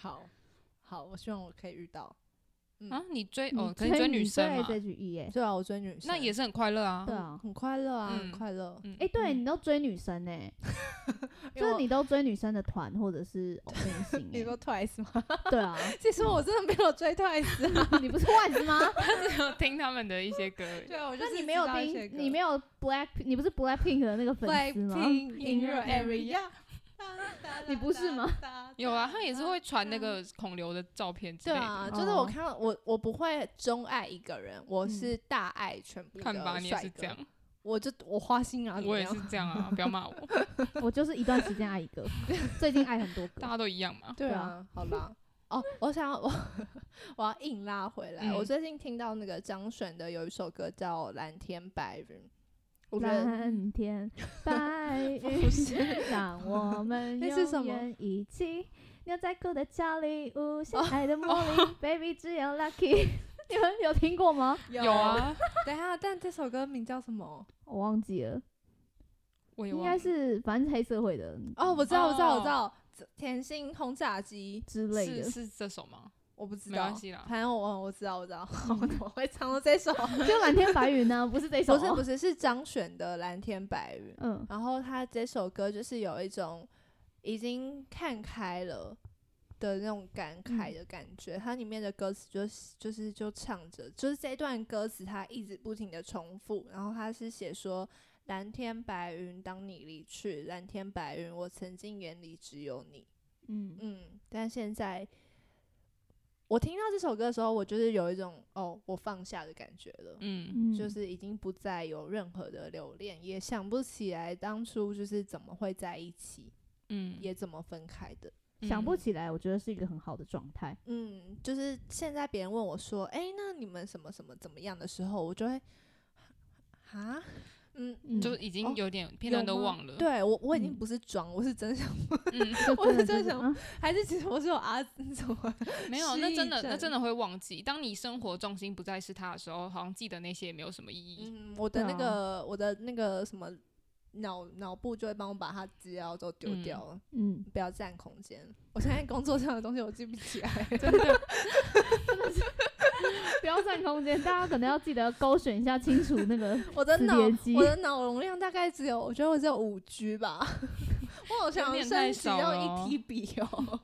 Speaker 1: 好，好，我希望我可以遇到。嗯
Speaker 2: 啊！你追
Speaker 3: 你
Speaker 2: 哦，可能追女生
Speaker 3: 你
Speaker 2: 嘛
Speaker 3: 最，爱 JGE 耶，
Speaker 1: 对啊，我追女生，
Speaker 2: 那也是很快乐啊
Speaker 3: 对。啊，
Speaker 1: 很快乐啊，很
Speaker 2: 嗯
Speaker 1: 快乐。
Speaker 2: 嗯
Speaker 3: 哎，对
Speaker 1: 嗯
Speaker 3: 你都追女生哎，
Speaker 1: 因为
Speaker 3: 就是
Speaker 1: 我
Speaker 3: 你都追女生的团或者是偶像星
Speaker 1: 你
Speaker 3: 哎
Speaker 1: 说，Twice 吗？
Speaker 3: 对啊，
Speaker 1: 其实我真的没有追 Twice 啊。
Speaker 3: 你不是万子吗？
Speaker 2: 听他们的一些 歌，
Speaker 1: 对啊，我就
Speaker 3: 那
Speaker 1: 是
Speaker 3: 你没有听，你没有 Black，你不是 Blackpink 的那个粉丝吗？
Speaker 1: Blackpink in your area，
Speaker 3: 你不是吗？
Speaker 2: 有啊，他也是会传那个孔刘的照片之
Speaker 1: 对
Speaker 2: 类的。
Speaker 1: 啊，就是我
Speaker 3: 哦嗯
Speaker 1: 看到我我不会钟爱一个人，我是大爱全部的
Speaker 2: 看吧，你也
Speaker 1: 帅
Speaker 2: 是这
Speaker 1: 哥，
Speaker 2: 样，
Speaker 1: 我就我花心啊，怎
Speaker 2: 我
Speaker 1: 么
Speaker 2: 也是
Speaker 1: 样？
Speaker 2: 这样啊，不要骂我，
Speaker 3: 我就是一段时间爱一个，最近爱很多
Speaker 2: 大
Speaker 3: 个。
Speaker 2: 家都一样嘛。
Speaker 1: 对
Speaker 3: 对
Speaker 1: 啊，好 啦。哦，我想要我 我要硬拉回来。
Speaker 2: 嗯
Speaker 1: 我最近听到那个张悬的有一首歌叫《蓝天白云》，我觉得
Speaker 3: 蓝天白云
Speaker 1: 不， 是
Speaker 3: 让我 们
Speaker 1: 那是什
Speaker 3: 永
Speaker 1: 么
Speaker 3: 远一起。牛仔裤的俏丽，无
Speaker 1: 哦
Speaker 3: 限爱的魔力，Baby 只有 Lucky。你们有听过吗？
Speaker 2: 有，啊，
Speaker 1: 等一下，但这首歌名叫什么？
Speaker 3: 我忘记了，
Speaker 2: 我也
Speaker 3: 应
Speaker 2: 忘
Speaker 3: 该
Speaker 2: 了
Speaker 3: 是反正是黑社会的
Speaker 1: 哦，我知道，我知道，我知道，甜心轰炸机，
Speaker 3: 之类的
Speaker 2: 是，是这首吗？
Speaker 1: 我不知
Speaker 2: 没
Speaker 1: 道，
Speaker 2: 关系啦，嗯
Speaker 1: 反正我我知道，我知道， 我怎么会唱到这 首？
Speaker 3: 就蓝天白 云呢，不是这首
Speaker 1: 不
Speaker 3: 哦。
Speaker 1: 是不是，是张悬的《蓝天白云》。
Speaker 3: 嗯，
Speaker 1: 然后他这首歌就是有一种已经看开了的那种
Speaker 2: 嗯
Speaker 1: 感慨的感觉。它里面的歌词就是就是就唱着，就是这段歌词它一直不停的重复，然后它是写说。蓝天白云，当你离去，蓝天白云，我曾经眼里只有你。
Speaker 3: 嗯
Speaker 1: 嗯，但现在我听到这首歌的时候，我就是有一种哦，我放下的感觉了。
Speaker 2: 嗯，
Speaker 3: 嗯，
Speaker 1: 就是已经不再有任何的留恋，也想不起来当初就是怎么会在一起，
Speaker 2: 嗯，
Speaker 1: 也怎么分开的。
Speaker 3: 想不
Speaker 2: 嗯，
Speaker 3: 起来，我觉得是一个很好的状态。
Speaker 1: 嗯，就是现在别人问我说：“哎、那你们什么什么怎么样的时候”，我就会啊，嗯，
Speaker 3: 嗯
Speaker 2: 就是已经有点片段都忘了。，
Speaker 1: 对我我已经
Speaker 3: 嗯
Speaker 1: 不是装，我是真想，
Speaker 2: 嗯，
Speaker 3: 就
Speaker 1: 我
Speaker 3: 真
Speaker 1: 是在
Speaker 3: 的就是
Speaker 1: 想
Speaker 3: 嗯
Speaker 1: 还是其实我是有阿怎么？
Speaker 2: 没有，
Speaker 1: 失
Speaker 2: 那
Speaker 1: 忆
Speaker 2: 真的
Speaker 1: 症
Speaker 2: 那真的会忘记。当你生活重心不再是他的时候，好像记得那些也没有什么意义。
Speaker 1: 嗯，我的那
Speaker 3: 对啊
Speaker 1: 个、我的那个什么脑脑部就会帮我把它资料都丢
Speaker 2: 嗯
Speaker 1: 掉了。
Speaker 3: 嗯，
Speaker 1: 不要 占空间。我现在工作上的东西我记不起来，
Speaker 2: 真的，
Speaker 3: 不要占空间，大家可能要记得勾选一下，清除那个
Speaker 1: 我的
Speaker 3: 磁
Speaker 1: 脑
Speaker 3: 碟机
Speaker 1: 我的脑容量大概只有，我觉得我只有五 G 吧，我好想
Speaker 2: 有点
Speaker 1: 升
Speaker 2: 太
Speaker 1: 级
Speaker 2: 少
Speaker 1: 到
Speaker 2: 了哦
Speaker 1: 一 TB 哦，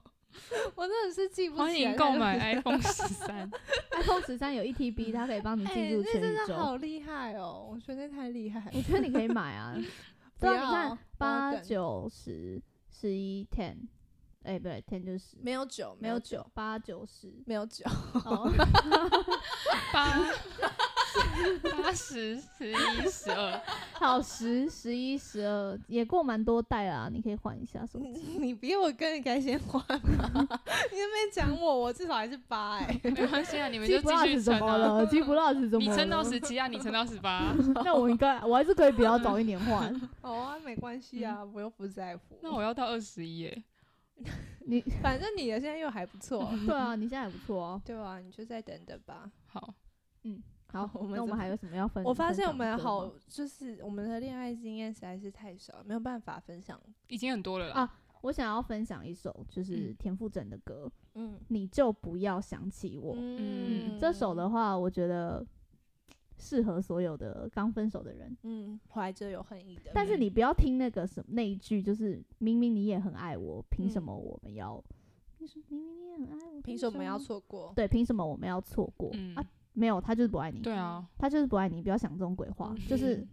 Speaker 1: 我真的是记不起来。
Speaker 2: 欢迎 购买 iPhone 十三。
Speaker 3: iPhone 十三有一 TB，它可以 帮你
Speaker 1: 哎、
Speaker 3: 进入
Speaker 1: 那
Speaker 3: 全
Speaker 1: 真
Speaker 3: 宇
Speaker 1: 的
Speaker 3: 宙。
Speaker 1: 好厉害哦！我觉得那太厉害了
Speaker 3: 我。觉得你可以买啊，
Speaker 1: 不
Speaker 3: 对
Speaker 1: 要
Speaker 3: 啊，你看
Speaker 1: 我要
Speaker 3: 八
Speaker 1: 等
Speaker 3: 九十十一 ten，哎，不对，ten 就是十，
Speaker 1: 没有酒，
Speaker 3: 没有
Speaker 1: 有
Speaker 3: 九
Speaker 1: 酒，
Speaker 3: 八九
Speaker 1: ，
Speaker 3: 十
Speaker 1: 没有酒，
Speaker 3: 哦，
Speaker 2: 八八十十一十二，
Speaker 3: 好十十一十二也过蛮多代啦，你可以换一下手 机。
Speaker 1: 你比我更应该先换吧。你那边讲我，我至少还是八哎、
Speaker 2: 没关系啊，你们
Speaker 3: 鸡
Speaker 2: 就
Speaker 3: 不
Speaker 2: 继
Speaker 3: 辣
Speaker 2: 续
Speaker 3: 是怎
Speaker 2: 撑
Speaker 3: 么
Speaker 2: 啊。
Speaker 3: 了？鸡不辣是怎么
Speaker 2: 你
Speaker 3: 了？
Speaker 2: 撑到十七啊，你撑到十八，
Speaker 3: 那我应该我还是可以比较早一点 换。
Speaker 1: 好啊，没关系啊，我又不在乎。
Speaker 2: 那我要到二十一耶。
Speaker 3: 你
Speaker 1: 反正你的现在又还不 错，
Speaker 3: 对啊，你现在还不错哦。
Speaker 1: 对啊，你就再等等吧。
Speaker 2: 好，
Speaker 3: 好，
Speaker 1: 我们
Speaker 3: 那
Speaker 1: 怎
Speaker 3: 我们
Speaker 1: 么
Speaker 3: 还有什么要分？
Speaker 1: 我发现我
Speaker 3: 分
Speaker 1: 们
Speaker 3: 享的歌
Speaker 1: 好
Speaker 3: 吗，
Speaker 1: 就是我们的恋爱经验实在是太少，没有办法分享。
Speaker 2: 已经很多了啦。
Speaker 3: 啊，我想要分享一首就是
Speaker 2: 嗯
Speaker 3: 田馥甄的歌，
Speaker 1: 嗯
Speaker 3: 你就不要想起我》
Speaker 2: 嗯
Speaker 3: 这首的，话，我觉得适合所有的刚分手的人。
Speaker 1: 嗯，怀着有恨意的，
Speaker 3: 但是
Speaker 2: 嗯
Speaker 3: 你不要听那个什么那一句，就是明明你也很爱我，凭什
Speaker 1: 嗯
Speaker 3: 么我们要？凭什么明明你也很爱我，
Speaker 1: 凭什么要？错过？
Speaker 3: 嗯对，凭什么我们要错过？
Speaker 2: 嗯
Speaker 3: 啊，没有，他就是不爱你，
Speaker 2: 对啊，
Speaker 3: 他就是不爱你，不要想这种鬼话，就是
Speaker 1: 嗯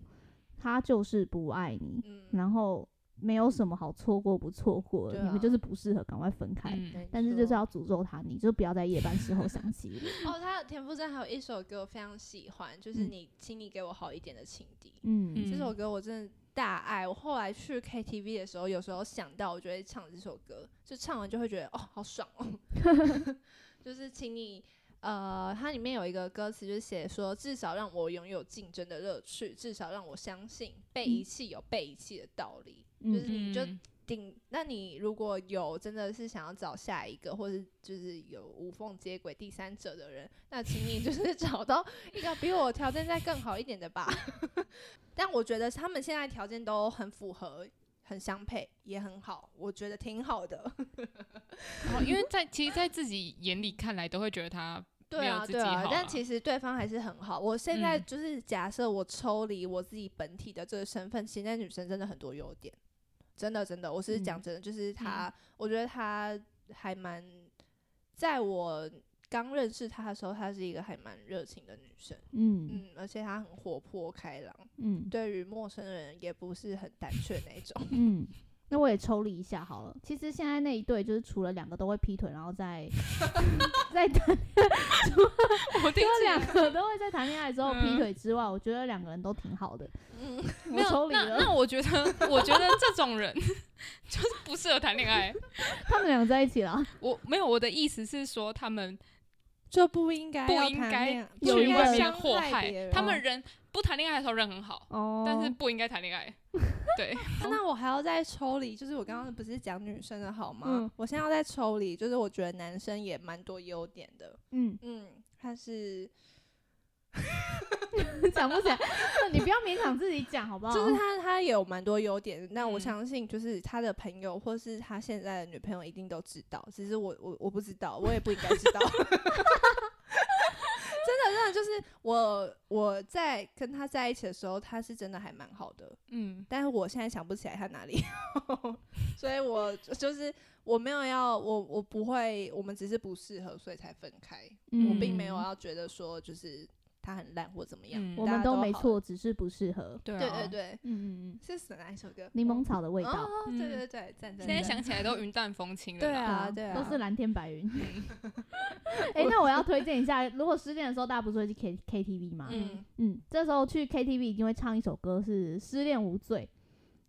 Speaker 3: 他就是不爱你，
Speaker 1: 嗯，
Speaker 3: 然后没有什么好错过不错过的，
Speaker 1: 对
Speaker 3: 你们
Speaker 1: 啊
Speaker 3: 就是不适合，赶快分开。
Speaker 2: 嗯，
Speaker 3: 但是就是
Speaker 1: 没
Speaker 3: 要诅咒他，你就不要在夜班时候想起 我。
Speaker 1: 错哦，他的田馥甄还有一首歌我非常喜欢，就是
Speaker 3: 嗯
Speaker 1: 你，请你给我好一点的情敌。
Speaker 3: 嗯，
Speaker 1: 这首歌我真的大爱，我后来去 KTV 的时候，有时候想到我就会唱这首歌，就唱完就会觉得哦，好爽哦。 就是请你，呃，它里面有一个歌词，就是写说，至少让我拥有竞争的乐趣，至少让我相信被遗弃有被遗弃的道理。
Speaker 3: 嗯
Speaker 1: 就是你就
Speaker 2: 嗯
Speaker 1: 顶，那你如果有真的是想要找下一个，或是就是有无缝接轨第三者的人，那请你就是 找到一个比我条件再更好一点的吧。 但我觉得他们现在条件都很符合，很相配，也很好，我觉得挺好的。
Speaker 2: 哦因为在其实，在自己眼里看来，都会觉得 他
Speaker 1: 对
Speaker 2: 没
Speaker 1: 啊，
Speaker 2: 有自
Speaker 1: 对
Speaker 2: 己
Speaker 1: 啊
Speaker 2: 好，
Speaker 1: 但
Speaker 2: 啦
Speaker 1: 其实对方还是很好。我现在
Speaker 2: 嗯
Speaker 1: 就是假设我抽离我自己本体的这个身份，现在女生真的很多优点，真的真的，我是讲
Speaker 3: 嗯
Speaker 1: 真的，就是她，我觉得她还蛮，在我刚认识她的时候，她是一个还蛮热情的女生，
Speaker 3: 嗯
Speaker 1: 嗯，而且她很活泼开朗，
Speaker 3: 嗯
Speaker 1: 对于陌生人也不是很胆怯那一种。
Speaker 3: 嗯， 那我也抽离一下好了。其实现在那一对就是除了两个都会劈腿，然 后再再谈，
Speaker 2: 我
Speaker 3: 除
Speaker 2: 听
Speaker 3: 了
Speaker 2: 起来
Speaker 3: 两个都会在谈恋爱之后劈
Speaker 2: 嗯
Speaker 3: 腿之外，我觉得两个人都挺好的。
Speaker 1: 嗯，
Speaker 3: 我抽离
Speaker 2: 那
Speaker 3: 了，
Speaker 2: 那我觉得，我觉得这种人 就是不适合谈恋爱。
Speaker 3: 他们两个在一起了，
Speaker 2: 我没有我的意思是说，他们
Speaker 1: 就不应该
Speaker 2: 不
Speaker 1: 要
Speaker 2: 应
Speaker 1: 谈恋
Speaker 2: 该
Speaker 1: 爱
Speaker 3: 有
Speaker 1: 不
Speaker 2: 去
Speaker 1: 应
Speaker 3: 一
Speaker 1: 该
Speaker 2: 外
Speaker 3: 个
Speaker 2: 面
Speaker 1: 伤
Speaker 2: 祸
Speaker 1: 害别
Speaker 2: 害
Speaker 1: 人
Speaker 2: 他们人。不谈恋爱的时候人很好，
Speaker 3: 哦
Speaker 2: 但是不应该谈恋爱。对，
Speaker 1: 啊那我还要再抽离，就是我刚刚不是讲女生的好吗？
Speaker 3: 嗯
Speaker 1: 我现在要再抽离，就是我觉得男生也蛮多优点的。
Speaker 3: 嗯，
Speaker 1: 嗯，他是，
Speaker 3: 讲不起来，你不要勉强自己讲好不好？
Speaker 1: 就是他他也有蛮多优点的。那我
Speaker 2: 嗯
Speaker 1: 相信，就是他的朋友或是他现在的女朋友一定都知道。只是我我我不知道，我也不应该知道。 真的，真的就是我我在跟他在一起的时候，他是真的还蛮好的。
Speaker 2: 嗯，
Speaker 1: 但是我现在想不起来他哪里，所以我就是我没有要我我不会，我们只是不适合，所以才分开。
Speaker 3: 嗯
Speaker 1: 我并没有要觉得说就是他很烂或怎么样，
Speaker 2: 嗯
Speaker 3: 我
Speaker 1: 大
Speaker 3: 们
Speaker 1: 家
Speaker 3: 都
Speaker 1: 好
Speaker 3: 没。错，只是不适合。
Speaker 2: 对
Speaker 1: 对
Speaker 2: 啊
Speaker 1: 对。对，
Speaker 3: 嗯嗯嗯，
Speaker 1: 是哪一首歌？
Speaker 3: 柠檬草的味道
Speaker 1: 哦。，对
Speaker 2: 嗯
Speaker 1: 对对，赞赞。
Speaker 2: 现在
Speaker 1: 赞
Speaker 2: 想起来都云淡风轻了
Speaker 1: 对
Speaker 2: 啦。
Speaker 1: 啊对啊嗯
Speaker 3: 都是蓝天白云。 哎、那我要推荐一下，如果失恋的时候，大家不是会去 K K T V 吗？嗯
Speaker 1: 嗯
Speaker 2: 嗯，
Speaker 3: 这时候去 K T V 一定会唱一首歌，是《失恋无罪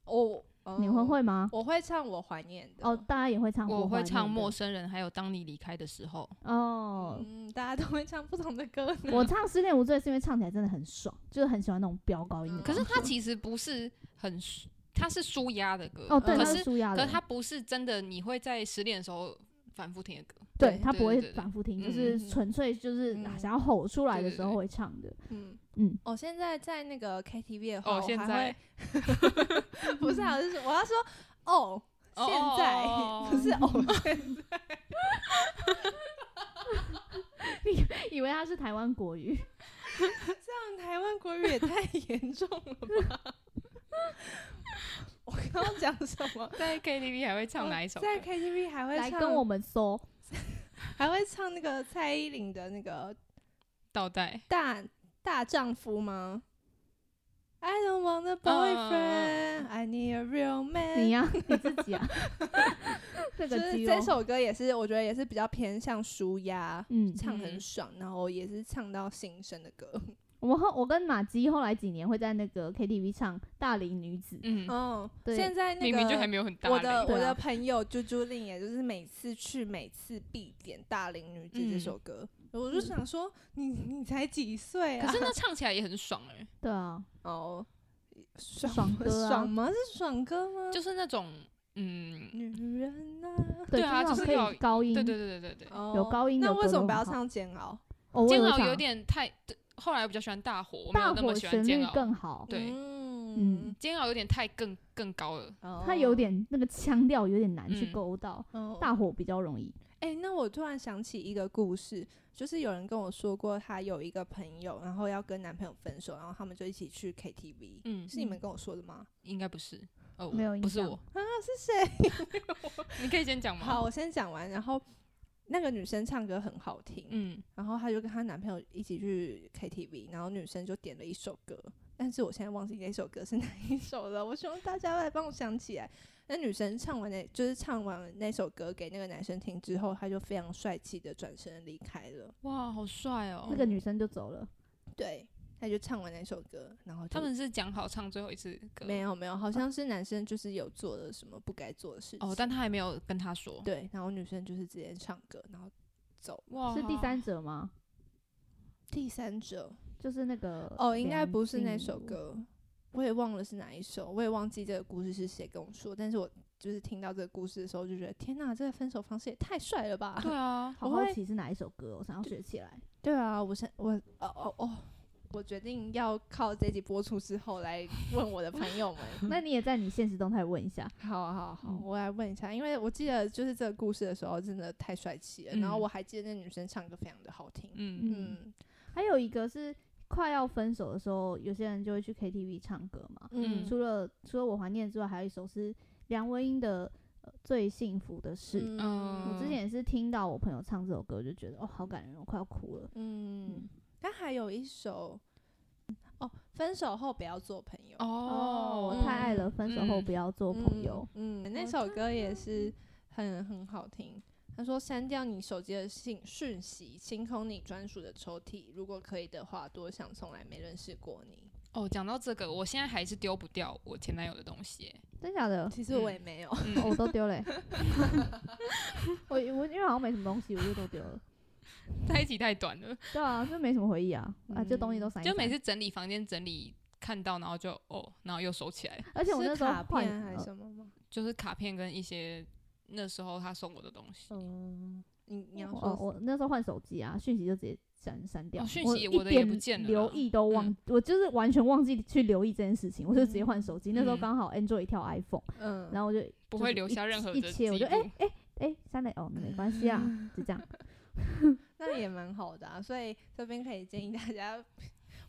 Speaker 1: 我、哦》，
Speaker 3: 你们会吗？
Speaker 1: 我会唱我怀念的
Speaker 3: 哦，。大家也会唱。
Speaker 2: 我会唱《陌
Speaker 3: 生。
Speaker 2: 生人》，还有《当你离开的时候
Speaker 3: 哦，
Speaker 1: 嗯，大家都会唱不同的歌呢。
Speaker 3: 我唱《失恋无罪》是因为唱起来真的很爽，就是很喜欢那种飙高音的》。
Speaker 1: 嗯
Speaker 2: 可是它
Speaker 3: 感觉
Speaker 2: 其实不是很舒，它是舒压的歌。
Speaker 3: 哦，对，
Speaker 2: 可
Speaker 3: 它
Speaker 2: 是
Speaker 3: 舒压
Speaker 2: 可
Speaker 3: 的
Speaker 2: 是，它不是真的，你会在失恋的时候反复听的歌。
Speaker 3: 对
Speaker 1: 对
Speaker 3: 它不会
Speaker 2: 对对对
Speaker 3: 反复听，就
Speaker 2: 嗯
Speaker 3: 是
Speaker 1: 嗯
Speaker 3: 纯粹就是啊
Speaker 1: 嗯
Speaker 3: 想要吼出来
Speaker 2: 对
Speaker 3: 的
Speaker 2: 对
Speaker 3: 时候
Speaker 2: 对
Speaker 3: 会唱的。
Speaker 1: 嗯
Speaker 3: 嗯
Speaker 1: 嗯，哦，现在在那个 KTV 的话，
Speaker 2: 哦
Speaker 1: 我，还
Speaker 2: 现
Speaker 1: 会
Speaker 2: 在
Speaker 1: 不是啊，就是我要 说哦，
Speaker 2: 哦
Speaker 1: 现在
Speaker 2: 哦哦哦
Speaker 1: 不是哦，现在
Speaker 3: 你 以为它是台湾国语。
Speaker 1: 这样台湾国语也太严重了吧！ 我刚刚讲什么？
Speaker 2: 在 KTV 还会唱哪一首歌？
Speaker 1: 哦在 KTV 还会
Speaker 3: 来
Speaker 1: 唱，
Speaker 3: 跟我们搜，
Speaker 1: 还会唱那个蔡依林的那个
Speaker 2: 倒带。
Speaker 1: 大大丈夫吗？I don't want a
Speaker 2: 嗯
Speaker 1: boyfriend, I need a real
Speaker 2: 哎
Speaker 3: 你
Speaker 1: man。
Speaker 3: 呀、你自己 啊，这
Speaker 1: 就
Speaker 3: 个
Speaker 1: 是
Speaker 3: 肌
Speaker 1: 这
Speaker 3: 肉
Speaker 1: 首歌也是，我觉得也是比较偏向舒压，
Speaker 3: 嗯，
Speaker 1: 唱很
Speaker 2: 嗯
Speaker 1: 爽，然后也是唱到心声的歌。
Speaker 3: 我们后我跟马姬后来几年会在那个 KTV 唱《大龄女子》，
Speaker 2: 嗯，
Speaker 1: 嗯，
Speaker 3: 对
Speaker 1: 现在那个
Speaker 2: 明明就还没有很大
Speaker 1: 我
Speaker 2: 力
Speaker 1: 的
Speaker 3: 对
Speaker 1: 我
Speaker 3: 啊
Speaker 1: 的朋友啾啾令，也就是每次去每次必点《大龄女子》这
Speaker 2: 嗯
Speaker 1: 首歌，我就想说，你你才几岁啊？
Speaker 2: 可是那唱起来也很爽哎、
Speaker 3: 对啊，
Speaker 1: 哦，爽
Speaker 3: 爽歌啊
Speaker 1: 爽吗？是爽歌吗？
Speaker 2: 就是那种嗯，
Speaker 1: 女人呐、
Speaker 3: 对
Speaker 2: 对啊
Speaker 3: 就是
Speaker 2: 就是
Speaker 3: 那种可
Speaker 2: 有
Speaker 3: 以高音，
Speaker 2: 对对对对对对，
Speaker 1: 哦
Speaker 3: 有高音的
Speaker 1: 那
Speaker 3: 歌
Speaker 1: 为什么
Speaker 3: 都
Speaker 1: 不
Speaker 3: 很
Speaker 1: 要
Speaker 3: 好
Speaker 1: 唱《煎熬
Speaker 3: 哦，我
Speaker 2: 煎
Speaker 3: 有
Speaker 2: 熬有
Speaker 3: 唱
Speaker 2: 点太，对后来我比较喜欢大火，我没有
Speaker 3: 大
Speaker 2: 那么
Speaker 3: 火
Speaker 2: 喜欢
Speaker 3: 旋
Speaker 2: 煎
Speaker 3: 律
Speaker 2: 熬，
Speaker 3: 更好，》？
Speaker 2: 对
Speaker 1: 嗯，
Speaker 2: 煎熬有点太更更高了。
Speaker 1: 哦
Speaker 3: 它有点那个腔调有点难去
Speaker 2: 嗯
Speaker 3: 勾到，
Speaker 1: 哦
Speaker 3: 大火比较容易。
Speaker 1: 哎、那我突然想起一个故事，就是有人跟我说过，她有一个朋友，然后要跟男朋友分手，然后他们就一起去 KTV，、
Speaker 2: 嗯，
Speaker 1: 是你们跟我说的吗？
Speaker 2: 应该不是哦，
Speaker 3: 没有印
Speaker 2: 不是
Speaker 3: 象
Speaker 2: 我，
Speaker 1: 是谁？
Speaker 2: 你可以先 讲吗？
Speaker 1: 好，，我先讲完，然后。那个女生唱歌很好听，
Speaker 2: 嗯，
Speaker 1: 然后她就跟她男朋友一起去 KTV，然后女生就点了一首歌，但是我现在忘记那首歌是哪一首了，我希望大家来帮我想起来。那女生唱完那，就是唱完那首歌给那个男生听之后，她就非常帅气的转身离开了。
Speaker 2: 哇，好帅哦
Speaker 3: 那！个女生就走了，
Speaker 1: 对，她就唱完那首歌，然后就
Speaker 2: 他们是讲好唱最后一次歌，
Speaker 1: 没有没有，好像是男生就是有做了什么不该做的事情。
Speaker 2: 哦，但他还没有跟他说，
Speaker 1: 对，然后女生就是直接唱歌，然后走。
Speaker 2: 哇，
Speaker 3: 是第三者吗？
Speaker 1: 第三者
Speaker 3: 就是那个
Speaker 1: 哦，应该
Speaker 3: 梁
Speaker 1: 不是那
Speaker 3: 静
Speaker 1: 首
Speaker 3: 茹，
Speaker 1: 歌，我也忘了是哪一首，我也忘记这个故事是谁跟我说，但是我就是听到这个故事的时候，就觉得天呐，这个分手方式也太帅了吧！
Speaker 2: 对 啊，
Speaker 3: 好
Speaker 1: 我
Speaker 3: 好
Speaker 1: 会
Speaker 3: 奇是哪一首歌，我想要学起 来。
Speaker 1: 对啊，我是我哦哦哦，我决定要靠这集播出之后来问我的朋友们。
Speaker 3: 那你也在你现实动态问一下，
Speaker 1: 好好好
Speaker 3: 嗯，
Speaker 1: 我来问一下，因为我记得就是这个故事的时候，真的太帅气了，然后
Speaker 2: 嗯
Speaker 1: 我还记得那女生唱歌非常的好听。
Speaker 2: 嗯，
Speaker 1: 嗯
Speaker 3: 还有一个是快要分手的时候，有些人就会去 KTV 唱歌嘛。
Speaker 2: 嗯
Speaker 3: 除了除了我怀念之外，还有一首是梁文音的、呃最幸福的事》。
Speaker 2: 嗯
Speaker 3: 我之前也是听到我朋友唱这首歌，就觉得哦，好感人，我快要哭了。
Speaker 1: 嗯，他还有一首哦，分手后不要做朋友。
Speaker 2: 哦，
Speaker 3: 我
Speaker 1: 嗯
Speaker 3: 太爱了，分手后不要做朋友。
Speaker 1: 嗯，嗯那首歌也是很很好听。他说：“删掉你手机的信讯息，清空你专属的抽屉。如果可以的话，多想从来没认识过你。
Speaker 2: 哦，讲到这个，我现在还是丢不掉我前男友的东西耶。
Speaker 3: 真假的？
Speaker 1: 其实我也没有，
Speaker 3: 哦我都丢了欸、 我我因为好像没什么东西，我就都丢了。
Speaker 2: 在一起太短了，
Speaker 3: 对啊，就没什么回忆啊，啊，这东西都散一
Speaker 2: 嗯
Speaker 3: 散。
Speaker 2: 就每次整理房间整理看到，然后就哦，然后又收起来了，
Speaker 3: 而且我那
Speaker 1: 是
Speaker 3: 时候
Speaker 1: 卡
Speaker 3: 换
Speaker 1: 片还
Speaker 3: 呃
Speaker 1: 是什么吗？
Speaker 2: 就是卡片跟一些那时候他送我的东西。
Speaker 1: 嗯，你你要
Speaker 3: 哦，
Speaker 1: 说
Speaker 3: 我那时候换手机啊，讯息就直接删删掉，
Speaker 2: 哦讯息
Speaker 3: 我
Speaker 2: 我的
Speaker 3: 一
Speaker 2: 也
Speaker 3: 点
Speaker 2: 不见了
Speaker 3: 留
Speaker 2: 啦
Speaker 3: 意都忘，
Speaker 2: 嗯
Speaker 3: 我就是完全忘记去留意这件事情，我就直接换手机。那时候
Speaker 2: 嗯
Speaker 3: 刚好 Android 跳 iPhone，、
Speaker 1: 嗯，
Speaker 3: 然
Speaker 1: 后
Speaker 3: 后我就
Speaker 2: 不
Speaker 3: 就是
Speaker 2: 会留
Speaker 3: 一
Speaker 2: 下任何
Speaker 3: 一
Speaker 2: 的
Speaker 3: 切，我
Speaker 2: 记
Speaker 3: 就哎
Speaker 2: 录
Speaker 3: 哎哎删了哦，那没关系啊，
Speaker 2: 嗯
Speaker 3: 就这样。
Speaker 1: 那也蛮好的啊。所以这边可以建议大家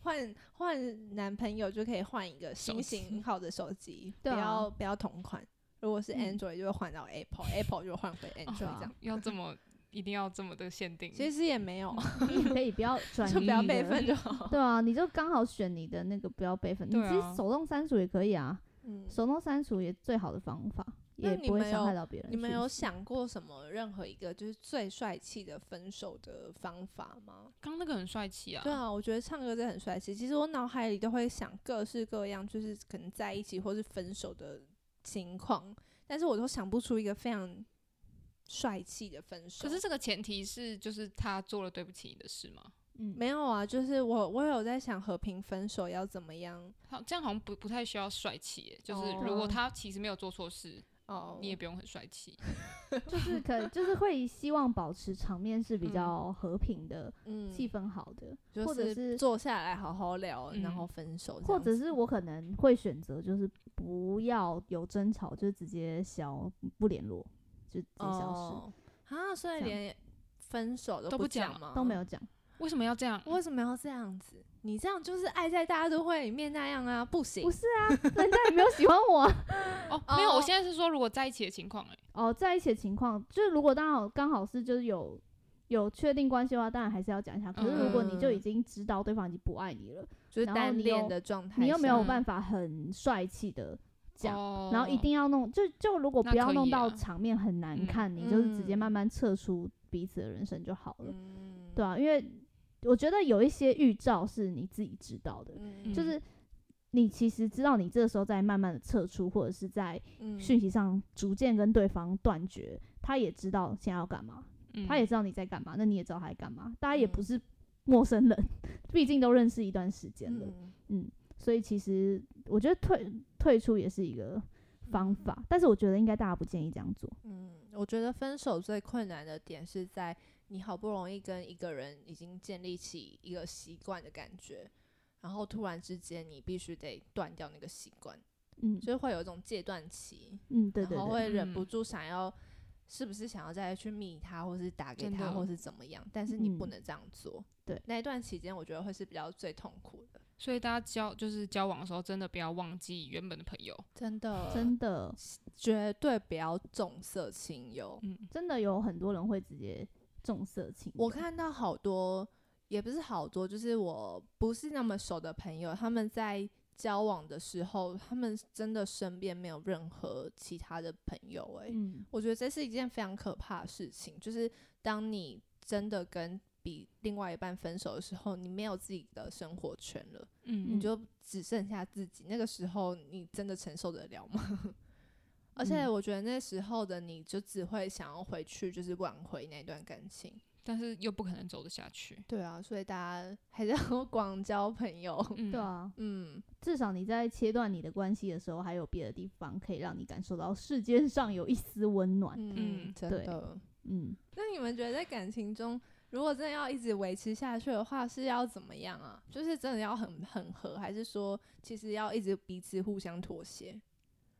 Speaker 1: 换换男朋友就可以换一个新
Speaker 2: 手机
Speaker 1: 型号的手机，
Speaker 3: 对啊
Speaker 1: 不要不要同款。如果是
Speaker 3: 嗯
Speaker 1: Android 就会换到 Apple，Apple、就换回 Android 这
Speaker 3: 对啊
Speaker 1: 样。
Speaker 2: 要这么一定要这么的限定。
Speaker 1: 其实也没有，啊
Speaker 3: 你也可以 不要转移，
Speaker 1: 就不要备份。就好。
Speaker 3: 对啊，你就刚好选你的那个不要备份，你
Speaker 2: 对
Speaker 3: 其实
Speaker 2: 啊
Speaker 3: 手动删除也可以啊，
Speaker 1: 嗯，
Speaker 3: 手动删除也最好的方法，
Speaker 1: 那
Speaker 3: 也
Speaker 1: 你
Speaker 3: 不会
Speaker 1: 们
Speaker 3: 伤害
Speaker 1: 有
Speaker 3: 到别人。
Speaker 1: 你们有？想过什么任何一个就是最帅气的分手的方法吗？
Speaker 2: 刚刚那个很帅气啊，
Speaker 1: 对啊，我觉得唱歌真的很帅气。其实我脑海里都会想各式各样，就是可能在一起或是分手的情况，但是我都想不出一个非常帅气的分手。
Speaker 2: 可是这个前提是就是他做了对不起你的事吗？
Speaker 3: 嗯，
Speaker 1: 没有啊，就是我我有在想和平分手要怎么样
Speaker 2: 好，这样好像不不太需要帅气耶，就是
Speaker 1: 哦
Speaker 2: 如果他其实没有做错事，
Speaker 1: 哦，
Speaker 2: 你也不用很帅气。
Speaker 3: 哦就是 可就是会希望保持场面是比较和平的，
Speaker 1: 嗯，
Speaker 3: 气氛好的，
Speaker 1: 就
Speaker 3: 或者是
Speaker 1: 坐下来好好聊，
Speaker 2: 嗯
Speaker 1: 然后分手这样子，
Speaker 3: 或者是我可能会选择就是不要有争吵，就直接消不联络，就直接消失，
Speaker 1: 哦、啊，所以
Speaker 3: 这样
Speaker 1: 连分手都
Speaker 2: 都不
Speaker 1: 讲
Speaker 2: 讲
Speaker 1: 吗？
Speaker 3: 都没有讲。
Speaker 2: 为什么要这样？哦
Speaker 1: 为什么要这样子？你这样就是爱在大都会里面那样啊，不行
Speaker 3: 不。是啊，人家也没有喜欢我啊、
Speaker 2: 哦，没有，
Speaker 1: 哦
Speaker 2: 我现在是说如果在一起的情况，哎，
Speaker 3: 哦，在一起的情况，就是如果刚好刚好是就是有有确定关系的话，当然还是要讲一下。可是如果你就已
Speaker 1: 嗯
Speaker 3: 经知道对方已经不爱你了，
Speaker 1: 就是
Speaker 3: 然后
Speaker 1: 单
Speaker 3: 你
Speaker 1: 恋
Speaker 3: 又
Speaker 1: 的状态，
Speaker 3: 你又没有
Speaker 2: 嗯
Speaker 3: 办法很帅气的讲，
Speaker 2: 哦
Speaker 3: 然后一定要弄，就就如果
Speaker 2: 那
Speaker 3: 不要
Speaker 2: 可
Speaker 3: 弄
Speaker 2: 以
Speaker 3: 到
Speaker 2: 啊
Speaker 3: 场面很难
Speaker 2: 嗯
Speaker 3: 看，你就是直接
Speaker 1: 嗯
Speaker 3: 慢慢撤出彼此的人生就好了，
Speaker 1: 嗯，
Speaker 3: 对啊，因为我觉得有一些预兆是你自己知道的，
Speaker 1: 嗯，
Speaker 3: 就
Speaker 2: 嗯
Speaker 3: 是你其实知道你这个时候在慢慢的撤出，或者是在
Speaker 1: 嗯
Speaker 3: 讯息上逐渐跟对方断绝，他也知道现在要干嘛，
Speaker 2: 嗯
Speaker 3: 他也知道你在干嘛，那你也知道他在干嘛，大家也不
Speaker 1: 嗯
Speaker 3: 是陌生人，毕竟都认识一段时间了，
Speaker 1: 嗯
Speaker 3: 嗯，所以其实我觉得退退出也是一个方法，但是我觉得应该大家不建议这样做，
Speaker 1: 嗯，我觉得分手最困难的点是在你好不容易跟一个人已经建立起一个习惯的感觉，然后突然之间你必须得断掉那个习惯，
Speaker 3: 嗯
Speaker 1: 就是会有一种戒断期，
Speaker 3: 嗯，对对
Speaker 1: 然后
Speaker 3: 对，
Speaker 1: 会忍不
Speaker 2: 嗯
Speaker 1: 住想要。是不是想要再去密他，或是打给
Speaker 2: 真
Speaker 1: 他，
Speaker 2: 的
Speaker 1: 或是怎么样？但是你不
Speaker 3: 嗯
Speaker 1: 能这样做。
Speaker 3: 对
Speaker 1: 那一段期间，我觉得会是比较最痛苦的。
Speaker 2: 所以大家交就是交往的时候，真的不要忘记原本的朋友。
Speaker 1: 真的，
Speaker 3: 真的
Speaker 1: 绝对不要重色轻友。
Speaker 2: 嗯，
Speaker 3: 真的有很多人会直接重色轻友，
Speaker 1: 我看到好多，也不是好多，就是我不是那么熟的朋友，他们在交往的时候，他们真的身边没有任何其他的朋友、欸。
Speaker 3: 嗯
Speaker 1: 我觉得这是一件非常可怕的事情，就是当你真的跟比另外一半分手的时候，你没有自己的生活圈了，
Speaker 2: 嗯
Speaker 1: 你就只剩下自己。那个时候，你真的承受得了吗？而且
Speaker 3: 嗯
Speaker 1: 我觉得那时候的你就只会想要回去，就是挽回那段感情。
Speaker 2: 但是又不可能走得下去。
Speaker 1: 对啊，所以大 家还是要广交朋友。
Speaker 2: 嗯，
Speaker 3: 对 啊，
Speaker 1: 嗯，
Speaker 3: 至少你在切断你的关系的时候，还有别的地方可以让你感受到世间上有一丝温暖。
Speaker 1: 嗯，
Speaker 2: 嗯
Speaker 1: 真
Speaker 3: 对
Speaker 1: 的。
Speaker 3: 嗯，
Speaker 1: 那你们觉得在感情中，如果真的要一直维持下去的话，是要怎么样啊？就是真的要很很合，还是说其实要一直彼此互相妥协？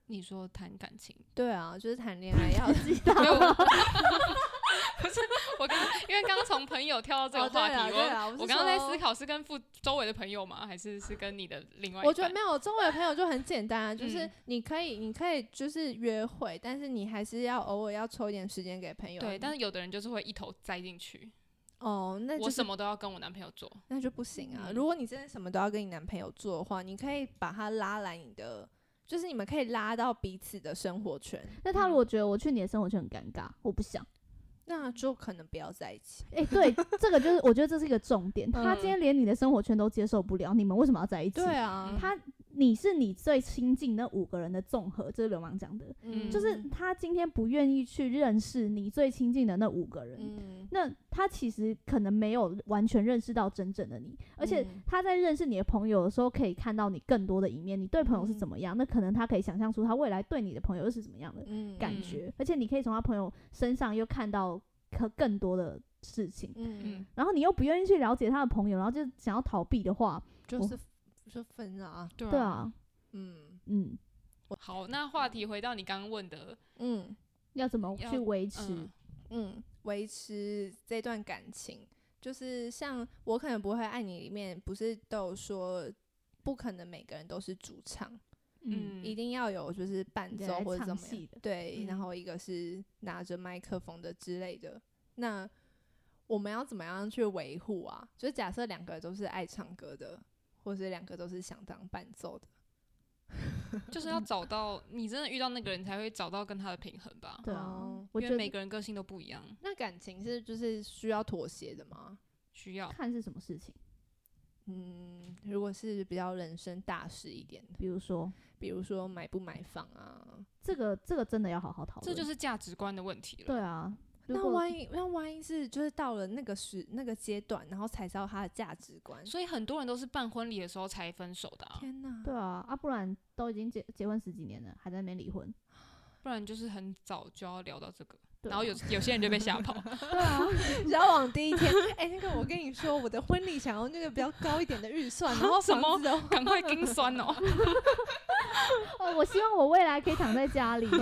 Speaker 2: 你说谈感 情，
Speaker 1: 对啊，就是谈 恋爱要
Speaker 3: 知道
Speaker 2: 没有， 我不是我刚刚，因为刚刚从朋友跳到这
Speaker 1: 哦
Speaker 2: 个话
Speaker 1: 对啦
Speaker 2: 题，
Speaker 1: 对啦
Speaker 2: 我
Speaker 1: 我是
Speaker 2: 我刚刚在
Speaker 1: 说
Speaker 2: 思考是跟附周围的朋友吗？还是是跟你的另外一半？
Speaker 1: 我觉得没有，周围的朋友就很简单 啊，就是
Speaker 2: 嗯
Speaker 1: 你可以，你可以就是约会，但是你还是要偶尔要抽一点时间给朋友。啊
Speaker 2: 对，但是有的人就是会一头栽进去，
Speaker 1: 哦，那就
Speaker 2: 我
Speaker 1: 是
Speaker 2: 什么都要跟我男朋友做。
Speaker 1: 那就不行啊！
Speaker 2: 嗯
Speaker 1: 如果你真的什么都要跟你男朋友做的话，你可以把他拉来你的，就是你们可以拉到彼此的生活圈，
Speaker 3: 那他如果觉得我去你的生活圈很尴尬，我不想。
Speaker 1: 那就可能不要在一起。
Speaker 3: 哎、对，这个就是我觉得这是一个重点。他今天连你的生活圈都接受不了，你们为什么要在一起？
Speaker 1: 嗯对啊
Speaker 2: 嗯，
Speaker 3: 他你是你最亲近那五个人的综合，这是流氓讲的，
Speaker 2: 嗯
Speaker 3: 就是他今天不愿意去认识你最亲近的那五个人。
Speaker 1: 嗯，
Speaker 3: 那他其实可能没有完全认识到真正的你，而且
Speaker 1: 嗯
Speaker 3: 他在认识你的朋友的时候，可以看到你更多的一面，你对朋友是
Speaker 1: 嗯
Speaker 3: 怎么样，那可能他可以想象出他未来对你的朋友又是怎么样的
Speaker 1: 嗯
Speaker 3: 感觉，而且你可以从他朋友身上又看到可更多的事情，
Speaker 1: 嗯，
Speaker 2: 嗯，
Speaker 3: 然后你又不愿意去了解他的朋友，然后就想要逃避的话，
Speaker 1: 就是就分了啊，
Speaker 2: 对
Speaker 3: 对。啊，
Speaker 1: 嗯
Speaker 3: 嗯，
Speaker 2: 好，那话题回到你刚刚问的，
Speaker 1: 嗯
Speaker 3: 要怎么
Speaker 2: 要
Speaker 3: 去维持？
Speaker 2: 嗯，
Speaker 1: 嗯，维持这段感情，就是像我可能不会爱你里面，不是都有说不可能每个人都是主唱。
Speaker 3: 嗯，
Speaker 1: 一定要有就是伴
Speaker 3: 对
Speaker 1: 奏
Speaker 3: 来
Speaker 1: 或者
Speaker 3: 唱
Speaker 1: 怎么
Speaker 3: 戏
Speaker 1: 样
Speaker 3: 的，
Speaker 1: 对，然
Speaker 2: 嗯
Speaker 1: 后一个是拿着麦克风的之类的。那我们要怎么样去维护啊？就是假设两个都是爱唱歌的，或是两个都是想当伴奏的，
Speaker 2: 就是要找到你真的遇到那个人，才会找到跟他的平衡吧。
Speaker 3: 对啊
Speaker 1: 哦，
Speaker 3: 我
Speaker 2: 因
Speaker 3: 觉
Speaker 2: 为
Speaker 3: 得
Speaker 2: 每个人个性都不一样，
Speaker 1: 那感情是就是需要妥协的吗？
Speaker 2: 需要
Speaker 3: 看是什么事情，
Speaker 1: 嗯，如果是比较人生大事一点的，
Speaker 3: 比如说
Speaker 1: 比如说买不买房啊，
Speaker 3: 这个这个真的要好好讨
Speaker 2: 这
Speaker 3: 论，
Speaker 2: 就是价值观的问题了。
Speaker 3: 对啊。如
Speaker 1: 那
Speaker 3: 果
Speaker 1: 万一那万一是就是到了那个时那个阶段，然后才知道他的价值观，
Speaker 2: 所以很多人都是办婚礼的时候才分手的、啊，
Speaker 1: 天哪，
Speaker 3: 对啊，啊，不然都已经结结婚十几年了，还在那边离婚，
Speaker 2: 不然就是很早就要聊到这个，
Speaker 3: 对
Speaker 2: 然后
Speaker 3: 啊
Speaker 2: 有有些人就被吓跑。
Speaker 3: 对啊，
Speaker 1: 交往第一天，哎、那个我跟你说，我的婚礼想要那个比较高一点的预算，然后
Speaker 2: 什
Speaker 1: 房
Speaker 2: 么
Speaker 1: 子的话，
Speaker 2: 赶 快跟酸哦！
Speaker 3: 哦，我希望我未来可以躺在家里。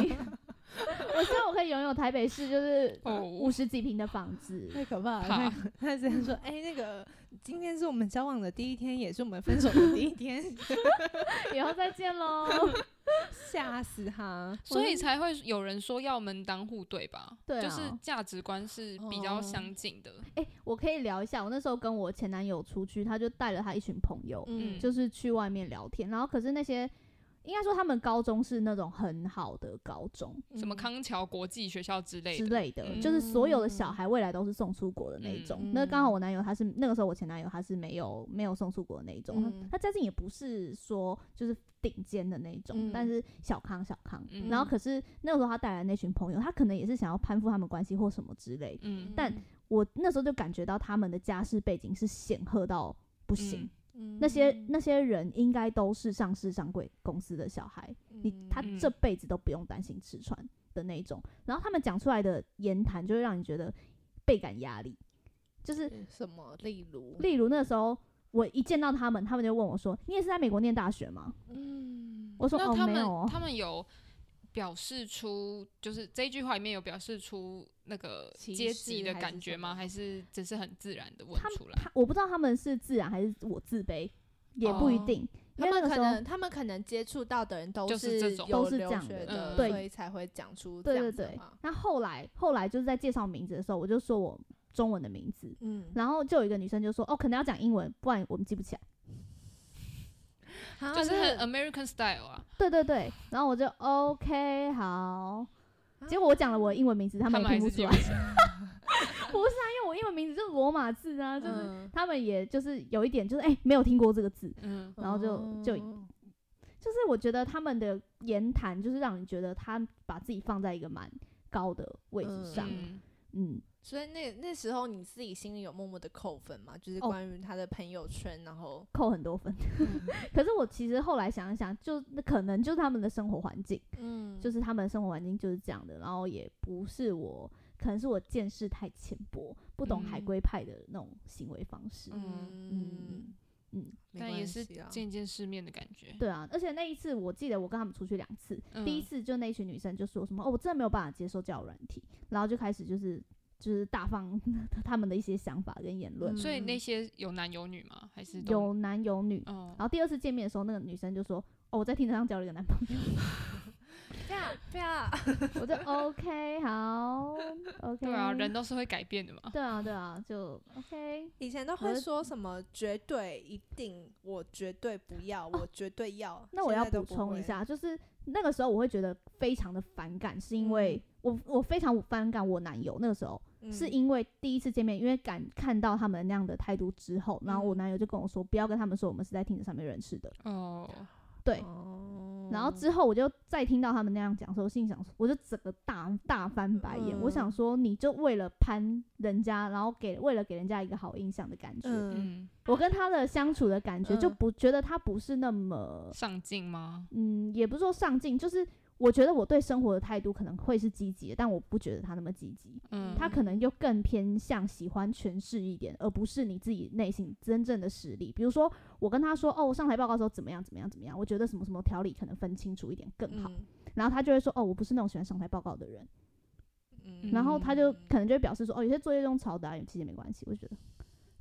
Speaker 3: 我希望我可以拥有台北 市就是
Speaker 2: 哦
Speaker 3: 五十几平的房子。
Speaker 1: 太可怕了！
Speaker 2: 怕
Speaker 1: 太可他直接说：“哎、那个今天是我们交往的第一天，也是我们分手的第一天，
Speaker 3: 以后再 见喽。
Speaker 1: 吓死他！”
Speaker 2: 所以才会有人说要门当户对吧？
Speaker 3: 对啊哦
Speaker 2: 就是价值观是比较相近的。
Speaker 3: 哎、我可以聊一下，我那时候跟我前男友出去，他就带了他一群朋友，
Speaker 1: 嗯，
Speaker 3: 就是去外面聊天。然后可是那些应该说他们高中是那种很好的高中
Speaker 2: 什么
Speaker 1: 嗯
Speaker 2: 康桥国际学校之类
Speaker 3: 之
Speaker 2: 的，
Speaker 3: 类的，
Speaker 2: 嗯
Speaker 3: 就是所有的小孩未来都是送出国的那一种。
Speaker 1: 嗯
Speaker 3: 那刚好我男友他是那个时候我前男友他是没有没有送出国的那一种，
Speaker 1: 嗯
Speaker 3: 他他家境也不是说就是顶尖的那一种，
Speaker 1: 嗯
Speaker 3: 但是小康小康。
Speaker 2: 嗯
Speaker 3: 然后可是那个时候他带来的那群朋友，他可能也是想要攀附他们关系或什么之类的。
Speaker 2: 嗯
Speaker 3: 但我那时候就感觉到他们的家世背景是显赫到
Speaker 2: 嗯
Speaker 3: 不行，
Speaker 1: 嗯
Speaker 3: 那些那些人应该都是上市上柜公司的小孩，你他
Speaker 2: 嗯
Speaker 3: 这辈子都不用担心吃穿的那一种。然后他们讲出来的言谈就会让你觉得倍感压力，就是
Speaker 1: 嗯什么，例如，
Speaker 3: 例如那时候我一见到他们，他们就问我说：“你也是在美国念大学吗
Speaker 1: 嗯？”，
Speaker 3: 我说：“
Speaker 2: 那
Speaker 3: 哦，
Speaker 2: 他
Speaker 3: 没
Speaker 2: 们、
Speaker 3: 有哦。
Speaker 2: 他们有表示出，就是这一句话里面有表示出那个
Speaker 1: 歧
Speaker 2: 阶
Speaker 1: 视
Speaker 2: 级的
Speaker 1: 还
Speaker 2: 感
Speaker 1: 是
Speaker 2: 觉
Speaker 1: 什
Speaker 2: 吗？
Speaker 1: 么
Speaker 2: 还是只是很自然的问
Speaker 3: 他们
Speaker 2: 出来？
Speaker 3: 他我不知道他们是自然还是我自卑，也不一
Speaker 2: 哦
Speaker 3: 定。
Speaker 1: 他
Speaker 3: 因为
Speaker 1: 们
Speaker 3: 那个
Speaker 1: 可
Speaker 3: 时候
Speaker 1: 能他们可能接触到的人都
Speaker 2: 就是这种
Speaker 1: 有
Speaker 3: 都是这
Speaker 1: 留
Speaker 3: 样
Speaker 1: 学
Speaker 3: 的
Speaker 1: 的，
Speaker 2: 嗯
Speaker 1: 所
Speaker 3: 对
Speaker 1: 以才会讲出这
Speaker 3: 对
Speaker 1: 样
Speaker 3: 对
Speaker 1: 子的
Speaker 3: 对嗯
Speaker 1: 话。。
Speaker 3: 那后来后来就是在介绍名字的时候，我就说我中文的名字，
Speaker 1: 嗯，
Speaker 3: 然后就有一个女生就说：“哦，可能要讲英文，不然我们记不起来。
Speaker 1: 啊
Speaker 2: 就是很
Speaker 1: 这
Speaker 2: American style 啊，”
Speaker 3: 对 对对，然后我就 OK 好。结果我讲了我的英文名字，他
Speaker 2: 他
Speaker 3: 们也
Speaker 2: 啊还
Speaker 3: 听
Speaker 2: 是
Speaker 3: 不出
Speaker 2: 记
Speaker 3: 来，
Speaker 2: 不
Speaker 3: 因
Speaker 2: 起来。
Speaker 3: 为我英文名字就是罗马字啊，就是、
Speaker 1: 嗯
Speaker 3: 他们也就是有一点就是哎、没有听过这个字，
Speaker 2: 嗯，
Speaker 3: 然后就就
Speaker 1: 哦
Speaker 3: 就是我觉得他们的言谈就是让你觉得他把自己放在一个蛮高的位置上，
Speaker 2: 嗯，
Speaker 3: 嗯
Speaker 1: 所以那那时候你自己心里有默默的扣分嘛，就是
Speaker 3: 哦
Speaker 1: 关于他的朋友圈，然后
Speaker 3: 扣很多分。 可是我其实后来想一想，就那可能就是他们的生活环境，
Speaker 1: 嗯，
Speaker 3: 就是是他们的生活环境就是这样的，然后也不是我，可能是我见识太浅薄，不懂海
Speaker 2: 嗯
Speaker 3: 归派的那种行为方式。嗯
Speaker 1: 嗯
Speaker 3: 嗯，
Speaker 1: 没
Speaker 2: 但也
Speaker 1: 关
Speaker 2: 是
Speaker 1: 系啊啦
Speaker 2: 见见世面的感觉。
Speaker 3: 对啊，而且那一次我记得我跟他们出去两次，
Speaker 2: 嗯
Speaker 3: 第一次就那一群女生就说什么哦，我真的没有办法接受交友软体，然后就开始就是就是大放 他们的一些想法跟言论，
Speaker 2: 所以那
Speaker 1: 嗯
Speaker 2: 些有男有女吗？还是都
Speaker 3: 有男有女。
Speaker 2: 哦
Speaker 3: 然，后第二次见面的时候，那个女生就说哦，我在听车上交了一个男朋友。
Speaker 2: 啊
Speaker 1: 啪啪，
Speaker 3: 我就 OK 好 OK
Speaker 2: 对啊，人都是会改变的嘛。
Speaker 3: 对啊对啊就 OK
Speaker 1: 以前都
Speaker 3: 我
Speaker 1: 会
Speaker 3: 的
Speaker 1: 说什么绝对一定，我绝对不要，我绝对要。
Speaker 3: 哦那我要
Speaker 1: 现在都
Speaker 3: 补
Speaker 1: 不
Speaker 3: 充一
Speaker 1: 会，
Speaker 3: 下，就是那个时候我会觉得非常的反感，是因为我我非常反感我男友那个时候，是
Speaker 1: 嗯
Speaker 3: 因为第一次见面，因为感看到他们那样的态度之后，然后我
Speaker 1: 嗯
Speaker 3: 男友就跟我说不要跟他们说我们是在听着上面认识的，
Speaker 2: 哦，
Speaker 3: 对。
Speaker 1: 哦
Speaker 3: 然后之后我就再听到他们那样讲的时候，我心里想说，我就整个大大翻白眼。我想
Speaker 1: 嗯
Speaker 3: 说，你就为了攀人家，然后给为了给人家一个好印象的感觉，
Speaker 1: 嗯
Speaker 2: 嗯，
Speaker 3: 我跟他的相处的感觉就
Speaker 1: 嗯
Speaker 3: 不觉得他不是那么，
Speaker 2: 上进吗？
Speaker 3: 嗯，也不是说上进，就是我觉得我对生活的态度可能会是积极的，但我不觉得他那么积极，
Speaker 2: 嗯，
Speaker 3: 他
Speaker 1: 哦
Speaker 3: 可能就更偏向喜欢诠释一点，而不是你自己内心真正的实力。比如说，我跟他说，哦，我上台报告的时候怎么样怎么样怎么样，我觉得什么什么条理可能分清楚一点更好，
Speaker 1: 嗯
Speaker 3: 然后他就会说，哦，我不是那种喜欢上台报告的人，
Speaker 1: 嗯
Speaker 3: 然后他就可能就会表示说，哦，有些作业用抄的、啊，其实也没关系，我就觉得。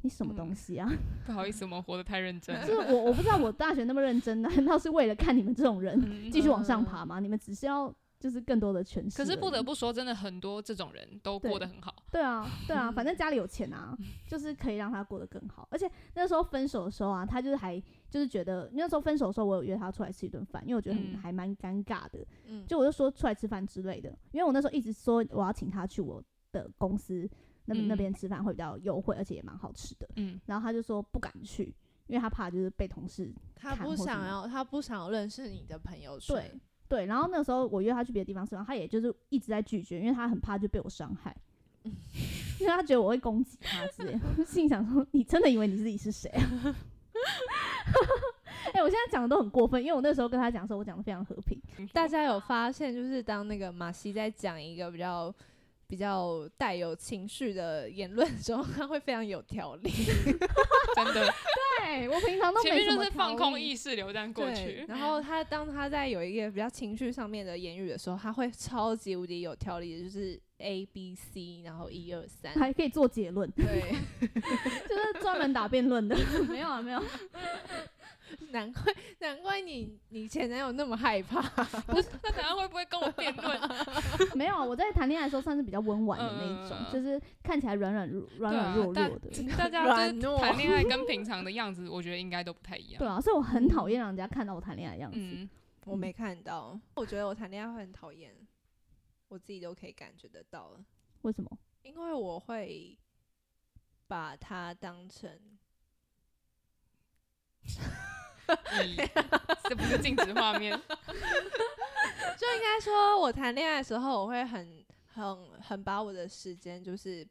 Speaker 3: 你什么
Speaker 2: 嗯
Speaker 3: 东西啊？
Speaker 2: 不好意思，我们活得太认真
Speaker 3: 就是
Speaker 2: 了。
Speaker 3: 我我不知道我大 学那么认真，难道是为了看你们这种人
Speaker 2: 嗯
Speaker 3: 继续往上爬吗？你们只是要就是更多的诠释而
Speaker 2: 可
Speaker 3: 已。
Speaker 2: 是不得不说，真的很多这种人都过
Speaker 3: 对
Speaker 2: 得很好。
Speaker 3: 对啊 对啊，反正家里有钱啊，就是可以让他过得更好。而且那时候分手的时候啊，他就是还就是觉得那时候分手的时候，我有约他出来吃一顿饭，因为我觉得很
Speaker 2: 嗯
Speaker 3: 还蛮尴尬的，
Speaker 1: 嗯
Speaker 3: 就我就说出来吃饭之类的，因为我那时候一直说我要请他去我的公司那
Speaker 2: 嗯
Speaker 3: 边那边吃饭会比较优惠，而且也蛮好吃的。
Speaker 2: 嗯，
Speaker 3: 然后他就说不敢去，因为他怕就是被同事
Speaker 1: 他
Speaker 3: 看
Speaker 1: 不
Speaker 3: 或什
Speaker 1: 想
Speaker 3: 么
Speaker 1: 要，他不想要认识你的朋友圈。
Speaker 3: 对对，然后那个时候我约他去别的地方吃饭，他也就是一直在拒绝，因为他很怕就被我伤害，
Speaker 2: 嗯
Speaker 3: 因为他觉得我会攻击他之类的。我心里想说，你真的以为你自己是谁啊？ 哎、我现在讲的都很过分，因为我那时候跟他讲的时候，我讲的非常和平。
Speaker 1: 大家有发现，就是当那个马西在讲一个比较比较带 有情绪的言论的时候，他会非常有条理。
Speaker 2: 真的，
Speaker 3: 对，哎、我平常都
Speaker 2: 前
Speaker 3: 没
Speaker 2: 面
Speaker 3: 什
Speaker 2: 就
Speaker 3: 么
Speaker 2: 是放空
Speaker 3: 意。
Speaker 2: 意识流这样过
Speaker 1: 对
Speaker 2: 去，。
Speaker 1: 然后他当他在有一个比较情绪上面的言语的时候，他会超级无敌有条理的，就是 A B C，然后一二三，
Speaker 3: 还可以做结论，
Speaker 1: 对，
Speaker 3: 就是专门打 辩论的。没有啊，没有，
Speaker 1: 难怪难怪你你前男友那么害怕，
Speaker 2: 那等下会不会跟我辩 论？
Speaker 3: 没有啊。我在谈恋爱的时候算是比较温婉的那一种，
Speaker 2: 嗯嗯嗯
Speaker 3: 就是看起来软软弱软
Speaker 2: 对
Speaker 3: 软
Speaker 2: 啊
Speaker 3: 弱弱
Speaker 2: 但
Speaker 3: 的。
Speaker 2: 大家
Speaker 1: 软
Speaker 2: 就是
Speaker 1: 糯
Speaker 2: 谈恋爱 跟平常的样子，我觉得应该都不太一样。
Speaker 3: 对啊，所以我很讨厌让人家看到我谈恋爱的样子。
Speaker 2: 嗯，
Speaker 1: 我没看到，我觉得我谈恋爱会很讨厌，我自己都可以感觉得到了，
Speaker 3: 为什么？
Speaker 1: 因为我会把它当成
Speaker 2: 你这不是静止画面，
Speaker 1: 就应该说，我谈恋爱的时候，我会很很很把我的时间，就是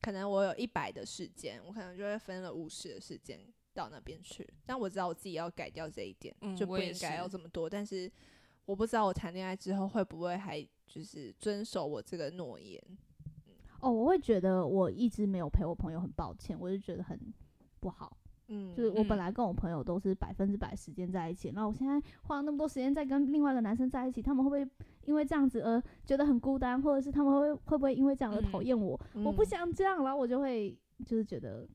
Speaker 1: 可能我有一百的时间，我可能就会分了五十的时间到那边去。但我知道我自己要改掉这一点，
Speaker 2: 嗯
Speaker 1: 就
Speaker 2: 我
Speaker 1: 不
Speaker 2: 也
Speaker 1: 应该
Speaker 2: 是
Speaker 1: 要这么多。但是我不知道我谈恋爱之后会不会还就是遵守我这个诺言。
Speaker 3: 哦，我会觉得我一直没有陪我朋友，很抱歉，我就觉得很不好。
Speaker 1: 嗯，
Speaker 3: 就是我
Speaker 2: 嗯
Speaker 3: 本来跟我朋友都是百分之百时间在一起，然后我现在花了那么多时间在跟另外一个男生在一起，他们会不会因为这样子而觉得很孤单，或者是他们会会不会因为这样而讨
Speaker 2: 嗯
Speaker 3: 厌我？我不
Speaker 1: 嗯
Speaker 3: 想这样，然后我就会就是觉得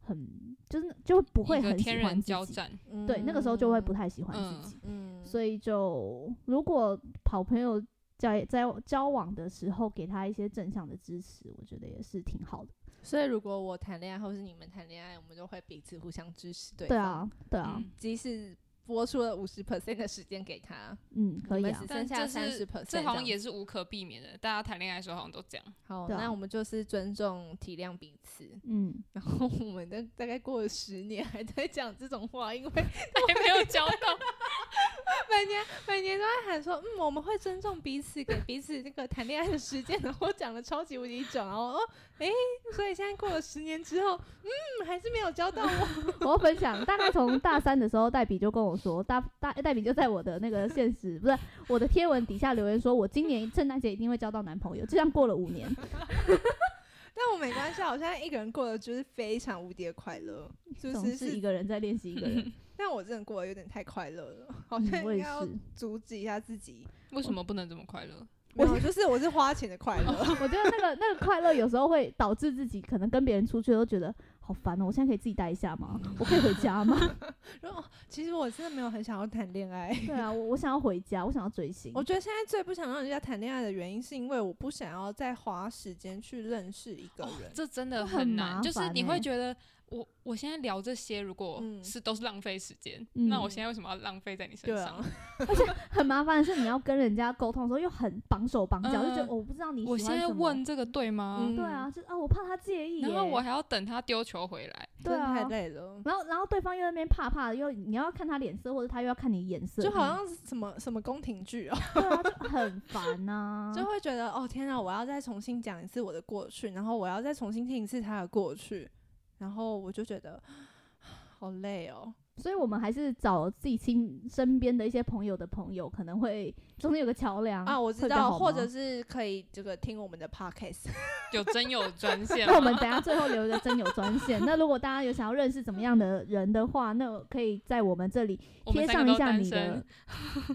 Speaker 3: 很就是就不会
Speaker 2: 一个
Speaker 3: 很
Speaker 2: 天
Speaker 3: 喜欢
Speaker 2: 人
Speaker 3: 自
Speaker 2: 交
Speaker 3: 己。
Speaker 2: 战。
Speaker 3: 对，那个时候就会不
Speaker 1: 嗯
Speaker 3: 太喜欢
Speaker 2: 嗯
Speaker 3: 自己，
Speaker 1: 嗯，
Speaker 3: 所以就如果好朋友在在交往的时候给他一些正向的支持，我觉得也是挺好的。
Speaker 1: 所以如果我谈恋爱，或是你们谈恋爱，我们就会彼此互相支持对
Speaker 3: 对
Speaker 1: 方，
Speaker 3: 啊，对啊，
Speaker 2: 嗯
Speaker 1: 即使播出了五十 percent 的时间给他。
Speaker 3: 嗯，可以
Speaker 1: 你们
Speaker 3: 啊
Speaker 1: 只，
Speaker 2: 但
Speaker 1: 剩下
Speaker 2: 这
Speaker 1: 三
Speaker 2: 是
Speaker 1: 十 percent，
Speaker 2: 这好像也是无可避免的，大家谈恋爱的时候好像都这 样。
Speaker 1: 好。
Speaker 3: 对啊
Speaker 1: 那我们就是尊重、体谅彼此。
Speaker 3: 嗯，
Speaker 1: 然后我们大大概过了十年还在讲这种话，因为每
Speaker 2: 还没有交到，
Speaker 1: 年每年都在喊说，嗯，我们会尊重彼此，给彼此那个谈恋爱的时间。然后讲的超级无敌久，然后哦，诶，所以现在过了十年之后，嗯，还是没有交到我。
Speaker 3: 我要分享，大概从大三的时候，黛比就跟我说，大大黛比就在我的那个现实，不是我的贴文底下留言说，我今年圣诞节一定会交到男朋友，就这样过了五年，
Speaker 1: 但我没关系啊，我现在一个人过得就是非常无敌的快乐，就
Speaker 3: 总
Speaker 1: 是
Speaker 3: 是一
Speaker 1: 是。
Speaker 3: 个人在练习一个人，
Speaker 1: 但我真的过得有点太快乐了， 好像
Speaker 3: 嗯我
Speaker 1: 应
Speaker 3: 也
Speaker 1: 该要
Speaker 3: 是。
Speaker 1: 阻止一下自己。
Speaker 2: 为什么不能这么快乐？
Speaker 1: 没有，就是我是花钱的快 乐。
Speaker 3: 我觉得那个那个快乐有时候会导致自己可能跟别人出去都觉得好烦哦，我现在可以自己待一下吗？我可以回家吗？
Speaker 1: 然后其实我真的没有很想要谈恋爱。
Speaker 3: 对啊，我我想要回家，我想要追星。
Speaker 1: 我觉得现在最不想让人家谈恋爱的原因，是因为我不想要再花时间去认识一个
Speaker 3: 哦
Speaker 1: 人。
Speaker 2: 这真的
Speaker 3: 这很麻
Speaker 2: 难，就是
Speaker 3: 烦
Speaker 2: 你
Speaker 3: 欸
Speaker 2: 会觉得我我现在聊这些，如果
Speaker 1: 嗯
Speaker 2: 是都是浪费时间，
Speaker 3: 嗯
Speaker 2: 那我现在为什么要浪费在你身
Speaker 1: 对
Speaker 2: 上
Speaker 1: 啊？，
Speaker 3: 很麻烦的是，你要跟人家沟通的时候又很绑手绑脚，
Speaker 2: 嗯
Speaker 3: 就觉得、哦我不知道你喜
Speaker 2: 我
Speaker 3: 欢
Speaker 2: 现在
Speaker 3: 什么
Speaker 2: 问，这个对吗？
Speaker 1: 嗯
Speaker 3: 对啊，就啊我怕他介意耶，
Speaker 2: 然后我还要等他丢球回来，
Speaker 3: 对啊
Speaker 1: 真的太累了。
Speaker 3: 然后然后对方又在那边怕怕的，又你要看他脸色，或者他又要看你眼色，
Speaker 1: 就好像是什么什么宫廷剧哦，
Speaker 3: 对啊，就很烦 呐、
Speaker 1: 就会觉得哦天啊，我要再重新讲一次我的过去，然后我要再重新听一次他的过去，然后我就觉得好累哦。
Speaker 3: 所以我们还是找自己亲身边的一些朋友的朋友，可能会中间有个桥梁
Speaker 1: 啊，我知
Speaker 3: 会比较
Speaker 1: 道，
Speaker 3: 好
Speaker 1: 或
Speaker 3: 吗
Speaker 1: 者是可以这个听我们的 podcast，
Speaker 2: 有真 有专线
Speaker 3: 那我
Speaker 2: 吗？
Speaker 3: 们等一下最后留一个真有专线。那如果大家有想要认识怎么样的人的话，那可以在我们这里
Speaker 2: 我
Speaker 3: 贴
Speaker 2: 们三
Speaker 3: 上
Speaker 2: 个
Speaker 3: 一
Speaker 2: 都
Speaker 3: 下
Speaker 2: 单
Speaker 3: 你
Speaker 2: 身
Speaker 3: 的，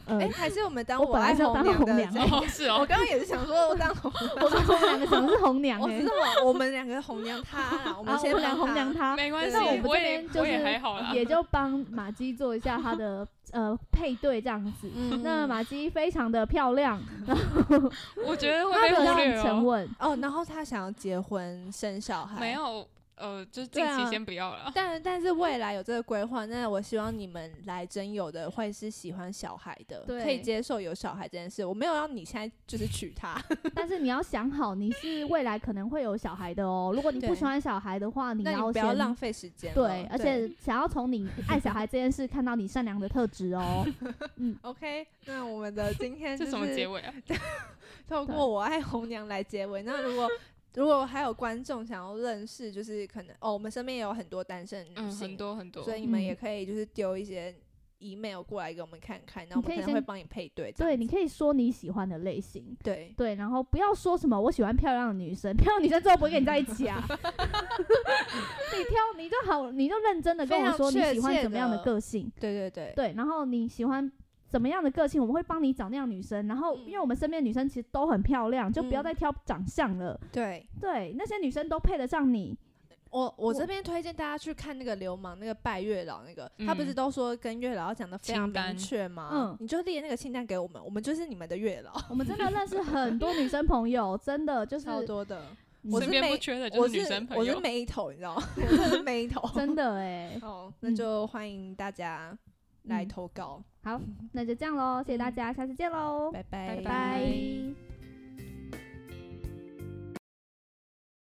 Speaker 3: 呃，
Speaker 1: 哎，还是我们当
Speaker 3: 我本来
Speaker 1: 爱
Speaker 3: 是要
Speaker 1: 红
Speaker 3: 当
Speaker 1: 娘
Speaker 3: 红
Speaker 1: 的
Speaker 3: 娘
Speaker 1: 这一。
Speaker 2: 哦，是
Speaker 1: 我
Speaker 2: 哦，
Speaker 1: 刚刚也是想说当红
Speaker 3: 我们我们两个讲的是红娘
Speaker 1: 我
Speaker 3: 哎、
Speaker 1: 知道，我们两个红娘他啦，我
Speaker 3: 我
Speaker 1: 们先
Speaker 3: 啊我们俩
Speaker 1: 帮
Speaker 3: 红
Speaker 1: 他
Speaker 3: 娘她，
Speaker 2: 没啊关系，
Speaker 3: 那我们
Speaker 2: 我
Speaker 3: 这
Speaker 2: 也
Speaker 3: 边就
Speaker 2: 我也还
Speaker 3: 是
Speaker 2: 好啦。
Speaker 3: 也就帮马姬做一下她的呃配对这样子。
Speaker 1: 嗯
Speaker 3: 那马姬非常的漂亮，然后
Speaker 2: 我觉得会
Speaker 3: 她
Speaker 2: 被
Speaker 3: 的
Speaker 2: 忽
Speaker 3: 很
Speaker 2: 略
Speaker 3: 沉
Speaker 2: 哦。
Speaker 3: 稳，
Speaker 1: 哦，然后他想要结婚生小孩，
Speaker 2: 没。有，呃，就是
Speaker 1: 对
Speaker 2: 近
Speaker 1: 啊
Speaker 2: 期先不要了。
Speaker 1: 但但是未来有这个规划，那我希望你们来真有的会是喜欢小孩的，
Speaker 3: 对
Speaker 1: 可以接受有小孩这件事。我没有让你现在就是娶她，
Speaker 3: 但是你要想好，你是未来可能会有小孩的哦。如果你不
Speaker 1: 对
Speaker 3: 喜欢小孩的话，你
Speaker 1: 那你
Speaker 3: 要
Speaker 1: 不要
Speaker 3: 先
Speaker 1: 浪费哦时间了。
Speaker 3: 对，而且想要从你爱小孩这件事看到你善良的特质哦。
Speaker 1: OK，那我们的今天就
Speaker 2: 这
Speaker 1: 是
Speaker 2: 什么结尾啊？
Speaker 1: 透
Speaker 3: 对
Speaker 1: 过我爱红娘来结尾。那 如果如果还有观众想要认识，就是可能哦，我们身边也有很多单身的女
Speaker 2: 嗯，
Speaker 1: 性，
Speaker 2: 很多很多。
Speaker 1: 所以你们
Speaker 3: 嗯
Speaker 1: 也可以就是丢一些 email 过来给我们看看，那我
Speaker 3: 你可
Speaker 1: 们可
Speaker 3: 以
Speaker 1: 能会
Speaker 3: 先
Speaker 1: 帮你配对这
Speaker 3: 对，
Speaker 1: 样子。
Speaker 3: 你可以说你喜欢的类型，
Speaker 1: 对，
Speaker 3: 对，然后不要说什么我喜欢漂亮的女生， 漂亮女生之后不会跟你在一 起啊。你挑你就好，你就认真的跟
Speaker 1: 非
Speaker 3: 我
Speaker 1: 常
Speaker 3: 说你
Speaker 1: 确
Speaker 3: 喜欢
Speaker 1: 切
Speaker 3: 怎么样的
Speaker 1: 的
Speaker 3: 个性，
Speaker 1: 对对对，
Speaker 3: 对，然后你喜欢怎么样的个性，我们会帮你找那样女生。然后，因为我们身边的女生其实都很漂亮，就不要
Speaker 1: 嗯
Speaker 3: 再挑长相了。
Speaker 1: 对
Speaker 3: 对，那些女生都配得上你。
Speaker 1: 我
Speaker 3: 我
Speaker 1: 我这边推荐大家去看那个流氓那个拜月老那个，他不是
Speaker 2: 嗯
Speaker 1: 都说跟月老要讲的非常
Speaker 2: 清单
Speaker 1: 明确吗？
Speaker 3: 嗯
Speaker 1: 你就列那个清单给我们，我们就是你们的月老，
Speaker 3: 我们真的认识很多女生朋友，真的就是
Speaker 1: 超多的。
Speaker 3: 嗯
Speaker 1: 我
Speaker 2: 身
Speaker 1: 是
Speaker 2: 边不
Speaker 1: 没
Speaker 2: 缺的就
Speaker 1: 我
Speaker 2: 女生朋
Speaker 1: 我是
Speaker 2: 友。
Speaker 1: 眉头，你知道吗？我真的是眉头。
Speaker 3: 真的哎、
Speaker 1: 好，那就欢迎大家来
Speaker 3: 嗯
Speaker 1: 投稿，
Speaker 3: 好，那就这样喽，谢谢大家，下次见喽，
Speaker 1: 拜拜
Speaker 2: 拜拜